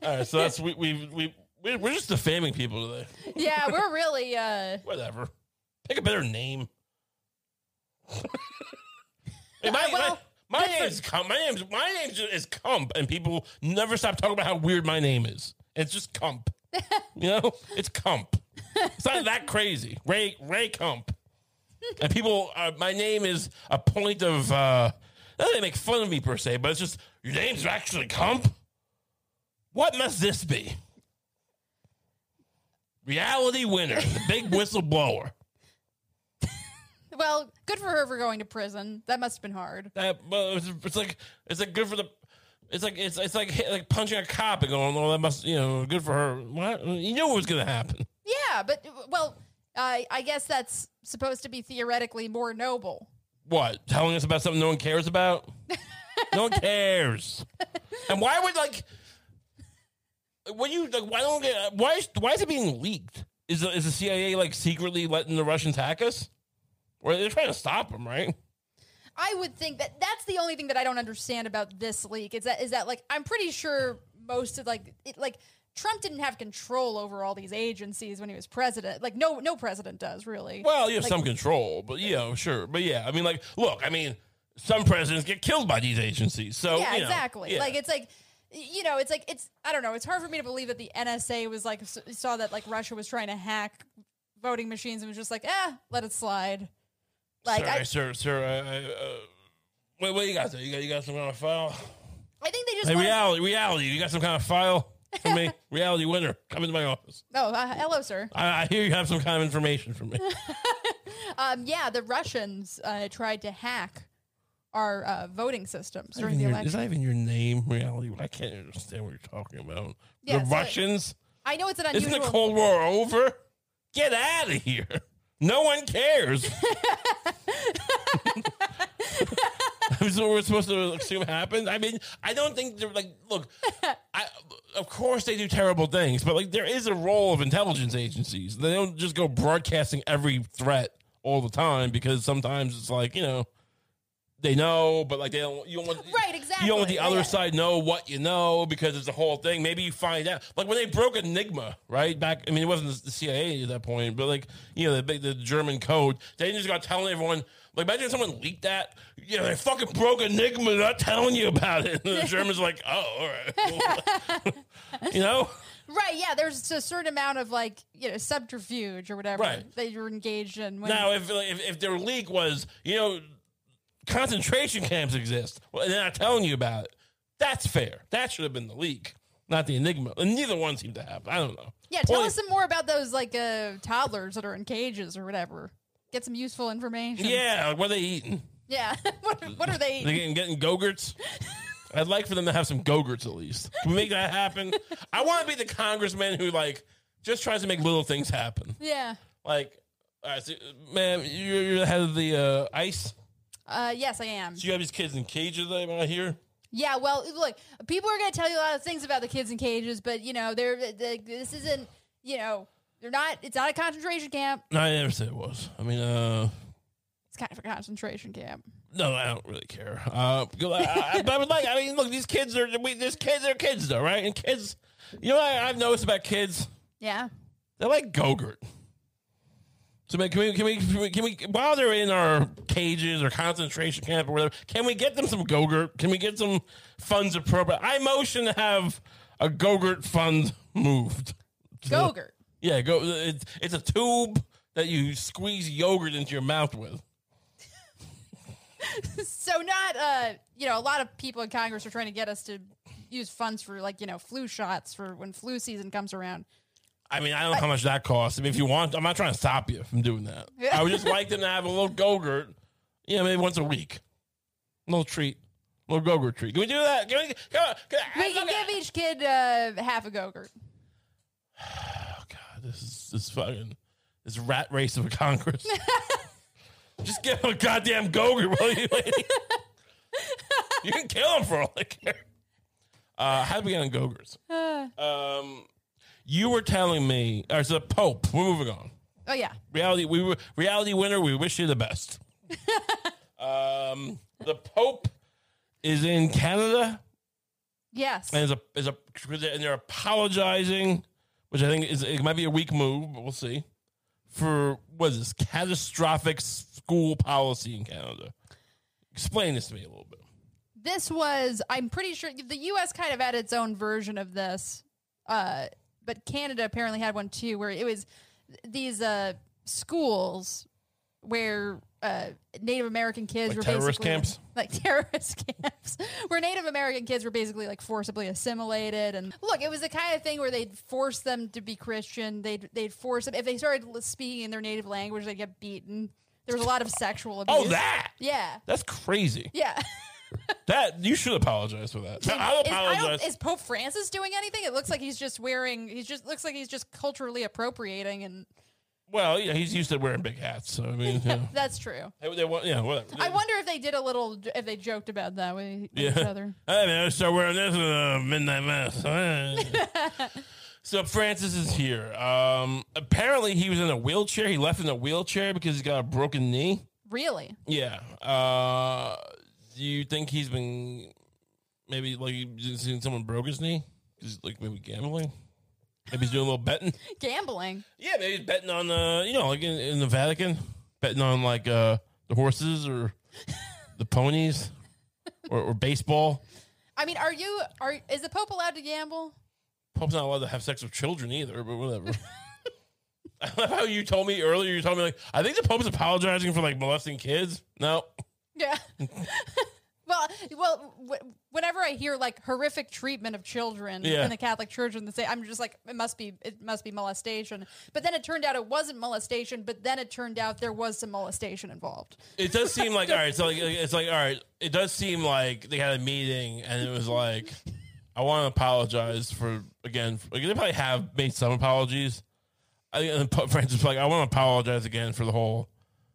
S1: right, so that's we we we we- we're just defaming people today.
S2: yeah, we're really. Uh,
S1: Whatever. Pick a better name. Hey, my,
S2: Well,
S1: my, my name's Cum. My name's my name's is Cump, and people never stop talking about how weird my name is. It's just Cump. you know, it's Cump. It's not that crazy. Ray Ray Cump. And people, uh, my name is a point of. Uh, not that they make fun of me per se, but it's just your name's actually Cump. What must this be? Reality winner, the big whistleblower.
S2: well, good for her for going to prison. That must have been hard.
S1: That well, it's, it's like it's like good for the. It's like it's it's like hit, like punching a cop and going, oh, that must you know good for her. What you knew what was gonna happen.
S2: Yeah, but well, I I guess that's supposed to be theoretically more noble.
S1: What telling us about something no one cares about? no one cares. And why would like when you like why don't get why is, why is it being leaked? Is the, is the CIA like secretly letting the Russians hack us? Or they're trying to stop them, right?
S2: I would think that that's the only thing that I don't understand about this leak is that is that like I'm pretty sure most of like it, like Trump didn't have control over all these agencies when he was president. Like no no president does really.
S1: Well, you have
S2: Like-
S1: some control, but you know, sure. But yeah, I mean, like, look, I mean, some presidents get killed by these agencies. So
S2: yeah,
S1: you know,
S2: exactly.
S1: yeah.
S2: Like it's like you know, it's like it's I don't know. It's hard for me to believe that the NSA was like s- saw that like Russia was trying to hack voting machines and was just like, "Eh, let it slide." Like
S1: sorry,
S2: I,
S1: sir, sir. I, I, uh, wait, what you got there? You got you got some kind of file?
S2: I think they just
S1: Hey,
S2: wanna-
S1: reality, reality. You got some kind of file for me? reality winner, come into my office.
S2: No, uh, hello, sir.
S1: I, I hear you have some kind of information for me.
S2: Um, yeah, the Russians uh, tried to hack our uh, voting systems during the
S1: Even your- is
S2: election.
S1: that even your name? Reality? I can't understand what you're talking about.
S2: Yeah,
S1: the
S2: so-
S1: Russians?
S2: I know it's an
S1: Isn't
S2: unusual.
S1: the Cold War over? Get out of here. No one cares. That's what we're supposed to assume happened. I mean, I don't think they're like, look, I, of course they do terrible things, but like there is a role of intelligence agencies. They don't just go broadcasting every threat all the time because sometimes it's like, you know, they know, but like they don't, you don't want,
S2: Right, exactly.
S1: you don't let the
S2: Yeah,
S1: other
S2: yeah.
S1: side know what you know because it's a whole thing. Maybe you find out, like when they broke Enigma, right back. I mean, it wasn't the CIA at that point, but like you know, the big- the German code. They just got telling everyone. Like, imagine if someone leaked that. You know, they fucking broke Enigma, not telling you about it. And the Germans are like, oh, all right, you know,
S2: right? Yeah, there's a certain amount of like you know subterfuge or whatever
S1: Right.
S2: that you're engaged in. When,
S1: Now, if, if if their leak was, you know, concentration camps exist, well, they're not telling you about it. That's fair. That should have been the leak. not the Enigma. And neither one seemed to have. I don't know.
S2: Yeah, tell
S1: Point-
S2: us some more about those like uh, toddlers that are in cages or whatever. Get some useful information.
S1: Yeah, like, what are they eating?
S2: Yeah. what, what are they?
S1: Are they getting, getting gogurts? I'd like for them to have some gogurts at least. Can we make that happen? I want to be the congressman who like just tries to make little things happen.
S2: yeah.
S1: Like, all right, so, ma'am, you're, you're the head of the uh, ICE.
S2: Uh, yes, I am.
S1: So you have these kids in cages, am I hear?
S2: Yeah, well, look, people are going to tell you a lot of things about the kids in cages, but you know, they're, they this isn't, you know, they're not. It's not a concentration camp.
S1: No, I never said it was. I mean, uh,
S2: It's kind of a concentration camp.
S1: no, I don't really care. Uh, go- I, I, but I would like. I mean, look, these kids are. We, these kids are kids, though, right? And kids, you know, what I, I've noticed about kids.
S2: Yeah.
S1: They're like Gogurt. So man, can we can we can we, can we while they're in our cages or concentration camp or whatever, can we get them some Gogurt? Can we get some funds appropriate? I motion to have a Gogurt fund moved. to the-
S2: Gogurt.
S1: Yeah, go. It's, it's a tube that you squeeze yogurt into your mouth with.
S2: So not, uh, you know, a lot of people in Congress are trying to get us to use funds for like, you know, flu shots for when flu season comes around.
S1: I mean, I don't know how much that costs. I mean, if you want, I'm not trying to stop you from doing that.
S2: Yeah.
S1: I would just like them to have a little Gogurt, you know, maybe once a week. little treat. little Gogurt treat. Can we do that? Can we, come on. Can,
S2: We can give each kid uh, half a Gogurt.
S1: Oh, God, this is this fucking, this rat race of a Congress. just give them a goddamn Gogurt, will you? lady? you can kill them for all I care. Uh, how do we get on Gogurts?
S2: Uh,
S1: Um, you were telling me, or so the Pope. We're moving on.
S2: oh, yeah.
S1: Reality, we were reality winner. We wish you the best. um, the Pope is in Canada
S2: Yes.
S1: and is a is a and they're apologizing, which I think is it might be a weak move, but we'll see. For what is this catastrophic school policy in Canada? Explain this to me a little bit.
S2: this was i'm pretty sure the us kind of had its own version of this uh, but canada apparently had one too where it was these uh, schools where uh, Native American kids
S1: Like
S2: were
S1: terrorist
S2: basically
S1: camps?
S2: like terrorist camps, where Native American kids were basically like forcibly assimilated. And look, it was the kind of thing where they'd force them to be Christian. They'd they'd force them if they started l- speaking in their native language, they'd get beaten. There was a lot of sexual abuse.
S1: Oh, that
S2: yeah,
S1: that's crazy.
S2: yeah.
S1: That you should apologize for that. I'll
S2: Is, I
S1: apologize.
S2: don't, is Pope Francis doing anything? It looks like he's just wearing. He's just looks like he's just culturally appropriating, and
S1: Well, yeah, he's used to wearing big hats, so I mean, yeah.
S2: that's true.
S1: They, they want, yeah, whatever.
S2: I wonder if they did a little, if they joked about that with with each
S1: Yeah.
S2: other.
S1: Hey, man, I start wearing this in uh, midnight mass. so Francis is here. Um, apparently, he was in a wheelchair. He left in a wheelchair because he's got a broken knee.
S2: Really?
S1: Yeah. Uh, do you think he's been maybe like you seen someone broke his knee? Just like maybe gambling. Maybe he's doing a little betting.
S2: Gambling?
S1: Yeah, maybe he's betting on uh, you know, like in, in the Vatican, betting on like uh the horses or the ponies or, or baseball.
S2: I mean, are you are is the Pope allowed to gamble?
S1: Pope's not allowed to have sex with children either, but whatever. I love how you told me earlier. You told me like I think the Pope's apologizing for like molesting kids. No,
S2: Yeah. Well, well, w- whenever I hear like horrific treatment of children
S1: Yeah.
S2: in the Catholic Church, and they say, I'm just like, it must be, it must be molestation. But then it turned out it wasn't molestation. But then it turned out there was some molestation involved.
S1: it does seem like all right. So like it's like all right. It does seem like they had a meeting and it was like I want to apologize for again. Like, they probably have made some apologies. I think and Pope Francis was like I want to apologize again for the whole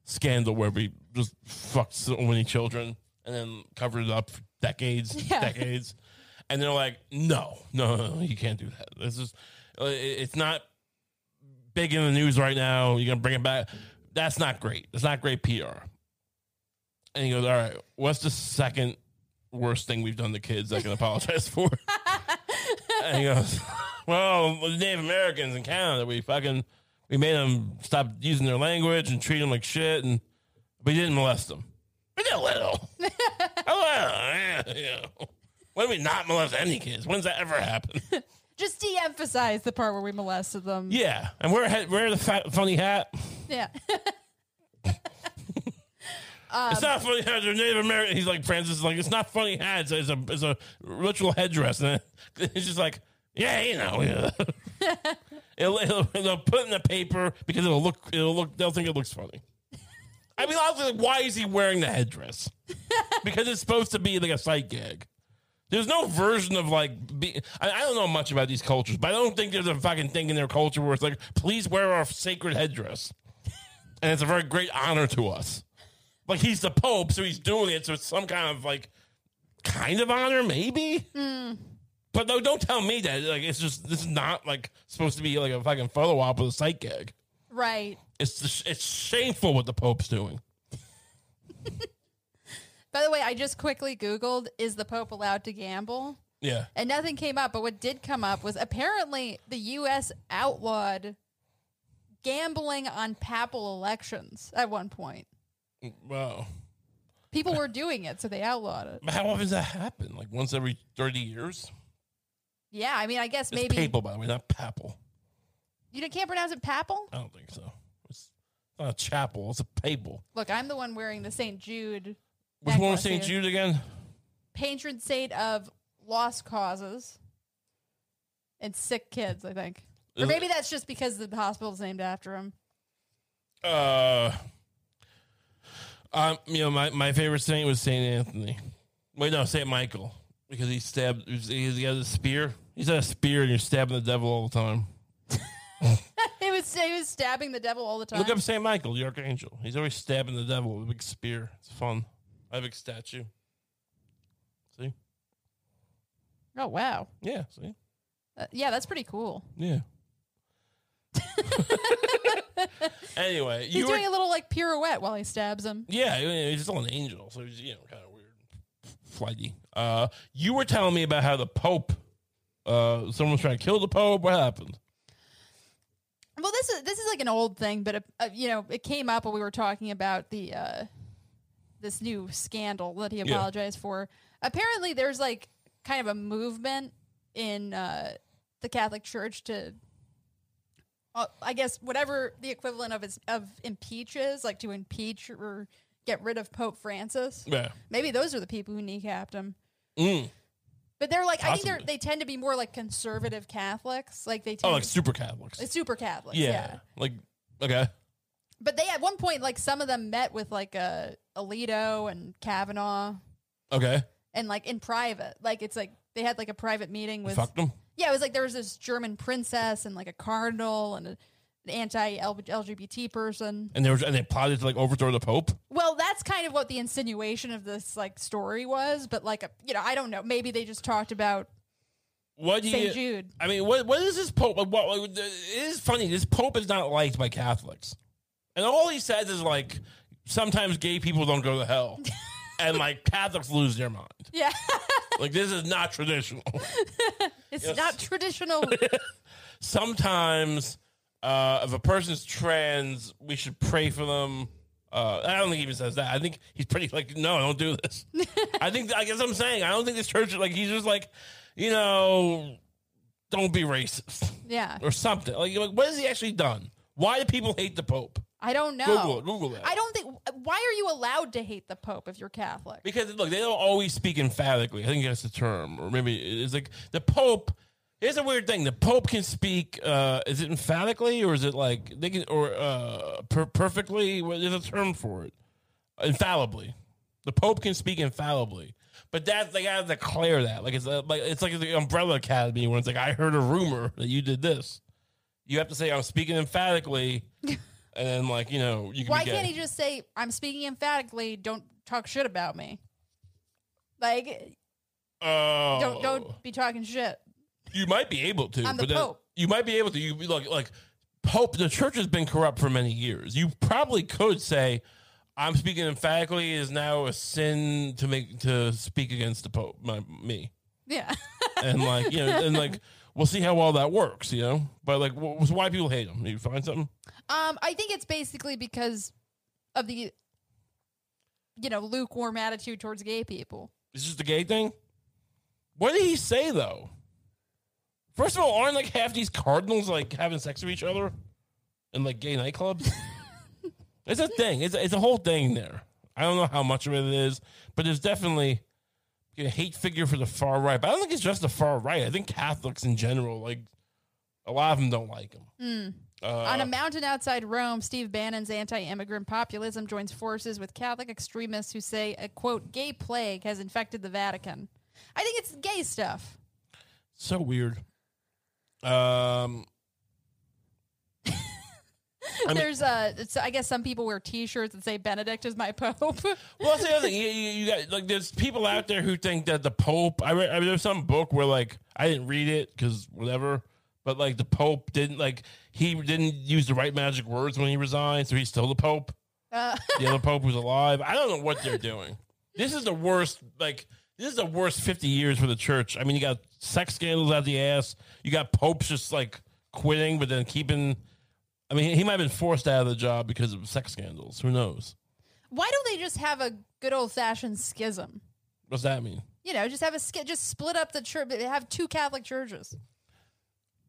S1: scandal where we just fucked so many children and then covered it up for decades,
S2: Yeah.
S1: decades. And they're like, no, no, no, no, you can't do that. This is, uh, it- it's not big in the news right now. You're gonna bring it back. That's not great. That's not great PR. And he goes, all right, what's the second worst thing we've done to kids I can apologize for? and he goes, well, the Native Americans in Canada, we fucking we made them stop using their language and treat them like shit, and we didn't molest them. We did a little, a little. Yeah, yeah. When did we not molest any kids? When's that ever happened?
S2: Just de-emphasize the part where we molested them.
S1: yeah, and we're he- we're the fat, funny hat.
S2: Yeah.
S1: It's not funny hats. They're Native American. He's like Francis. is Like it's not funny hats. It's a it's a ritual headdress, and it's just like Yeah, you know. Yeah. it'll, it'll- they'll put it in the paper because it'll look. It'll look. They'll think it looks funny. I mean, I'll think, why is he wearing the headdress? because it's supposed to be like a sight gag. There's no version of like. Be, I, I don't know much about these cultures, but I don't think there's a fucking thing in their culture where it's like, please wear our sacred headdress, and it's a very great honor to us. Like he's the pope, so he's doing it, so it's some kind of like, kind of honor, maybe.
S2: Hmm.
S1: But no, don't tell me that. Like, it's just this is not like supposed to be like a fucking photo op with a sight gag.
S2: Right.
S1: It's just, it's shameful what the Pope's doing.
S2: By the way, I just quickly Googled is the Pope allowed to gamble?
S1: Yeah,
S2: And nothing came up. But what did come up was apparently the U.S. outlawed gambling on papal elections at one point.
S1: wow.
S2: People were doing it, so they outlawed it.
S1: But How often does that happen? Like once every thirty years.
S2: Yeah, I mean, I guess
S1: It's
S2: maybe
S1: papal, by the way, not papal.
S2: you can't pronounce it papal.
S1: I don't think so. It's not a chapel. It's a papal.
S2: Look, I'm the one wearing the St. Jude
S1: Which one was St.
S2: necklace here.
S1: Jude again?
S2: patron saint of lost causes and sick kids. I think, or
S1: Is it-
S2: maybe that's just because the hospital's named after him.
S1: Uh, um, you know, my, my favorite saint was Saint Anthony. Wait, no, Saint Michael because he stabbed. He he has a spear. He's got a spear, and you're stabbing the devil all the time.
S2: He was he was stabbing the devil all the time.
S1: Look up Saint Michael, the archangel. He's always stabbing the devil with a big spear. It's fun. I have a big statue. See?
S2: oh wow,
S1: Yeah. See?
S2: Uh, yeah, that's pretty cool.
S1: Yeah. anyway,
S2: He's
S1: you were.
S2: doing a little like pirouette while he stabs him.
S1: Yeah, you know, he's still an angel, so he's you know kind of weird, flighty. Uh, you were telling me about how the Pope, uh, someone's trying to kill the Pope. What happened?
S2: Well, this is this is like an old thing, but uh, you know, it came up when we were talking about the uh, this new scandal that he
S1: Yeah.
S2: apologized for. Apparently, there's like kind of a movement in uh, the Catholic Church to, uh, I guess, whatever the equivalent of is, of impeach is, like to impeach or get rid of Pope Francis.
S1: Yeah.
S2: Maybe those are the people who kneecapped him.
S1: Mm.
S2: But they're like, I think
S1: Possibly.
S2: they're, they tend to be more like conservative Catholics. Like they tend
S1: Oh, like
S2: to-
S1: super Catholics.
S2: like super Catholics.
S1: yeah.
S2: yeah.
S1: Like okay.
S2: But they at one point, like some of them met with like uh, Alito and Kavanaugh,
S1: Okay.
S2: and like in private, like it's like they had like a private meeting with.
S1: Fucked him.
S2: Yeah, it was like there was this German princess and like a cardinal and a, an anti-LGBT person.
S1: And they were and they plotted to like overthrow the Pope.
S2: Well, that's kind of what the insinuation of this like story was, but like a, you know, I don't know. Maybe they just talked about
S1: What do
S2: St.
S1: you?
S2: Jude.
S1: I mean, what what is this Pope? What, what, it is funny. This Pope is not liked by Catholics, and all he says is like, sometimes gay people don't go to hell, and like Catholics lose their mind.
S2: Yeah,
S1: Like this is not traditional.
S2: it's
S1: Yes.
S2: not traditional.
S1: Sometimes, uh, if a person's trans, we should pray for them. Uh, I don't think he even says that. I think he's pretty like, no, don't do this. I think I guess I'm saying I don't think this church is like he's just like, you know, don't be racist
S2: yeah,
S1: or something. Like, like what has he actually done? Why do people hate the Pope?
S2: I don't know.
S1: Google it. Google that.
S2: I don't think. Why are you allowed to hate the Pope if you're Catholic?
S1: Because look, they don't always speak emphatically. I think that's the term, or maybe it's like the Pope. Here's a weird thing: the Pope can speak. Uh, is it emphatically, or is it like they can, or uh, per- perfectly? Well, There's a term for it. Infallibly, the Pope can speak infallibly, but that's they gotta declare that. Like it's uh like it's like the Umbrella Academy when it's like I heard a rumor that you did this. You have to say I'm speaking emphatically, and then like you know you can.
S2: Why
S1: be gay.
S2: can't he just say, I'm speaking emphatically, don't talk shit about me? Like,
S1: Oh.
S2: don't don't be talking shit.
S1: You might be able to.
S2: I'm the
S1: but then-
S2: Pope.
S1: You might be able to. You like like Pope. The church has been corrupt for many years. You probably could say, "I'm speaking emphatically." It Is now a sin to make to speak against the Pope, my, me,
S2: Yeah.
S1: and like you know, and like we'll see how well that works. You know, but like, wh- wh- why people hate him? You find something?
S2: um, I think it's basically because of the you know, lukewarm attitude towards gay people.
S1: It's just the gay thing. What did he say though? First of all, aren't like half these cardinals like having sex with each other in like gay nightclubs? it's a thing. It's a, it's a whole thing there. I don't know how much of it is, but there's definitely a hate figure for the far right. But I don't think it's just the far right. I think Catholics in general, like a lot of them, don't like him.
S2: Mm.
S1: Uh,
S2: On a mountain outside Rome, Steve Bannon's anti immigrant populism joins forces with Catholic extremists who say a quote, gay plague has infected the Vatican. I think it's gay stuff.
S1: so weird. Um, I mean-
S2: There's uh, it's, I guess some people wear t shirts that say Benedict is my pope.
S1: Well, that's the other thing. You, you, you got like there's people out there who think that the Pope. I read I mean, there's some book where like I didn't read it because whatever, but like the Pope didn't like he didn't use the right magic words when he resigned, so he's still the Pope.
S2: uh,
S1: The other Pope was alive. I don't know what they're doing. This is the worst. Like this is the worst fifty years for the church. I mean, you got sex scandals out the ass. You got popes just like quitting, but then keeping. I mean, he might have been forced out of the job because of sex scandals. Who knows?
S2: why don't they just have a good old fashioned schism?
S1: What's that mean?
S2: You know, just have a sch- just split up the church, have two Catholic churches.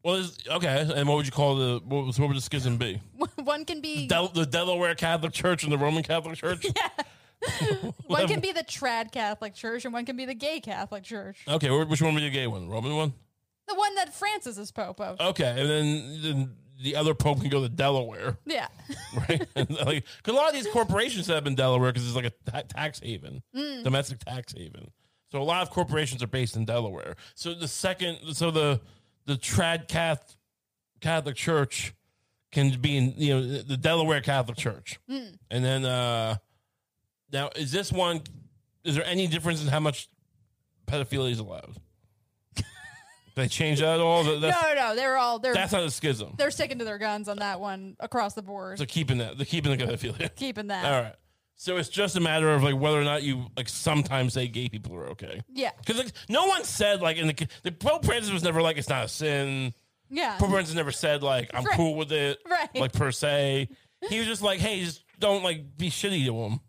S1: Well, is, okay. And what would you call the what, was, what would the schism be?
S2: One can be
S1: Del, the Delaware Catholic Church and the Roman Catholic Church.
S2: one can be the trad Catholic church, and one can be the gay Catholic church.
S1: Okay, wh- which one would be the gay one? Roman one.
S2: The one that Francis is pope of.
S1: Okay, and then, then the other pope can go to Delaware,
S2: Yeah.
S1: right? And, like, 'cause a lot of these corporations set up in Delaware because it's like a ta- tax haven,
S2: Mm.
S1: domestic tax haven. So a lot of corporations are based in Delaware. So the second, so the the trad cath Catholic Church can be in you know the- the Delaware Catholic Church.
S2: Mm.
S1: And then uh now is this one is there any difference in how much pedophilia is allowed? they change that at all? That- That's,
S2: no, no, they're all they're
S1: that's not a schism.
S2: they're sticking to their guns on that one across the board,
S1: They're keeping that. They're keeping the pedophilia.
S2: keeping that.
S1: All right. So it's just a matter of like whether or not you like sometimes say gay people are okay.
S2: Yeah,
S1: Because like no one said like in the the Pope Francis was never like it's not a sin.
S2: yeah,
S1: Pope Francis never said like I'm
S2: Right.
S1: cool with it.
S2: right.
S1: like per se. He was just like, hey, just don't like be shitty to him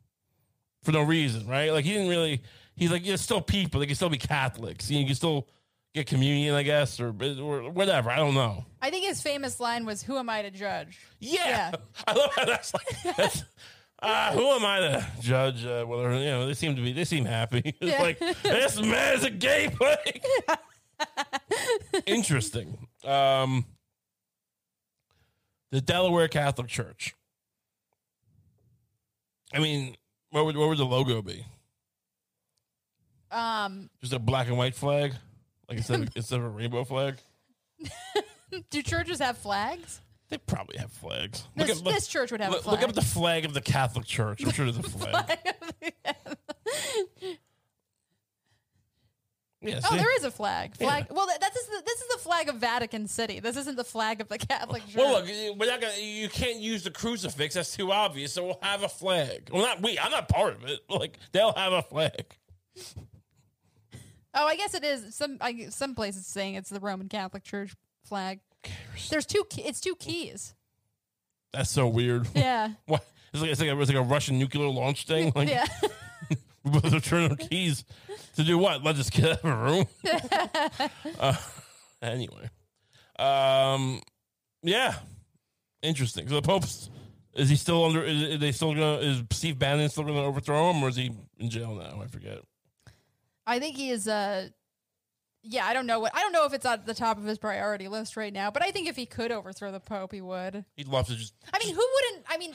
S1: for no reason, right? Like he didn't really. He's like, it's still people. They can still be Catholics. You can still get communion, I guess, or, or whatever. I don't know.
S2: I think his famous line was, "Who am I to judge?"
S1: Yeah,
S2: Yeah.
S1: I love how that's like. That's, uh, who am I to judge? Uh, whether you know they seem to be, they seem happy. It's
S2: Yeah.
S1: like this man's a gay plague. Interesting. Um, the Delaware Catholic Church. I mean, what would what would the logo be?
S2: Um,
S1: Just a black and white flag, like instead of, instead of a rainbow flag.
S2: do churches have flags?
S1: They probably have flags. Look
S2: This,
S1: at- look-
S2: this church would have a
S1: look,
S2: flag.
S1: look up the flag of the Catholic Church. I'm sure there's a flag. Yes.
S2: oh, there is a flag. Flag. Well, that, that's the, this is the flag of Vatican City. This isn't the flag of the Catholic Church.
S1: Well, look, we're not gonna. You can't use the crucifix. That's too obvious. So we'll have a flag. Well, not we. I'm not part of it. Like they'll have a flag.
S2: oh, I guess it is. Some I, some places saying it's the Roman Catholic Church flag. There's two. key- It's two keys.
S1: That's so weird.
S2: Yeah.
S1: What? It's like it's like, a, it's like a Russian nuclear launch thing. Like
S2: yeah.
S1: we both return our keys to do what? Let us get out of a room. uh, anyway, um, yeah, interesting. So the Pope's is he still under? Is, is they still gonna? Is Steve Bannon still gonna overthrow him, or is he in jail now? I forget.
S2: I think he is. Uh, yeah, I don't know what I don't know if it's at the top of his priority list right now, but I think if he could overthrow the Pope, he would.
S1: He'd love to just
S2: I mean, who wouldn't? I mean,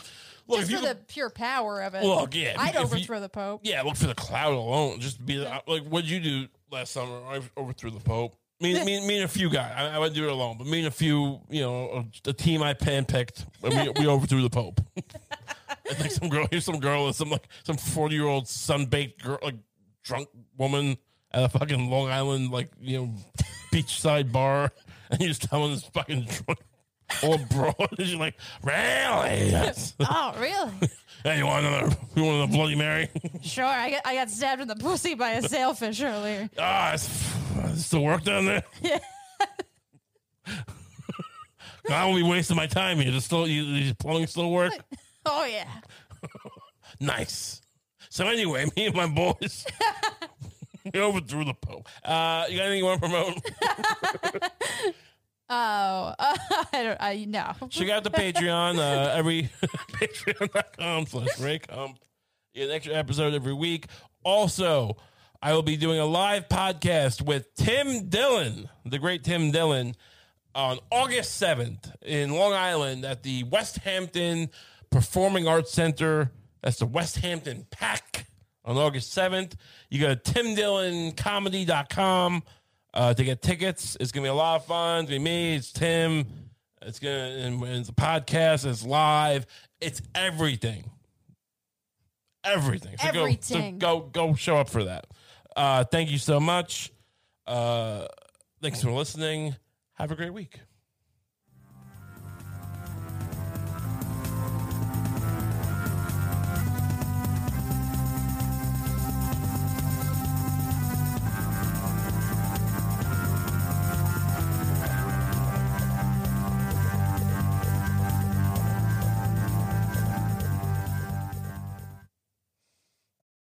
S1: Look, if
S2: just
S1: you
S2: for the pure power of it,
S1: Look, yeah, if
S2: I'd
S1: you- if you-
S2: overthrow the Pope.
S1: Yeah, look for the cloud alone. Just be uh, like, what'd you do last summer? I overthrew the Pope. Me, me, me and a few guys. I, I would do it alone, but me and a few, you know, a, a team I panpicked, we, we overthrew the Pope. and like some girl, here's some girl, some like some forty year old sunbaked girl, like drunk woman at a fucking Long Island, like you know, beachside bar, and you just telling this fucking drunk old broad, and you're like, really? Yes.
S2: Oh, really?
S1: hey, you want another? You want another Bloody Mary?
S2: sure. I got I got stabbed in the pussy by a sailfish earlier.
S1: Ah, it's, it's still work down there.
S2: Yeah.
S1: I won't be wasting my time here. Just still, you, these plumbing still work.
S2: Oh yeah.
S1: Nice. So anyway, me and my boys, we overthrew the Pope. Uh, you got anything you want to promote?
S2: Oh, I don't. I no.
S1: Check out the Patreon. Uh, every patreon.com slash Ray Kump. You get an extra episode every week. Also, I will be doing a live podcast with Tim Dillon, the great Tim Dillon, on August 7th in Long Island at the West Hampton Performing Arts Center. That's the West Hampton Pack on August 7th. You go to timdilloncomedy.com uh, to get tickets. It's going to be a lot of fun. It's going to be me, it's Tim, it's going to, and, and it's a podcast, it's live, it's everything everything. So
S2: Everything.
S1: Go, so go go show up for that. Uh, thank you so much. Uh, thanks for listening. Have a great week.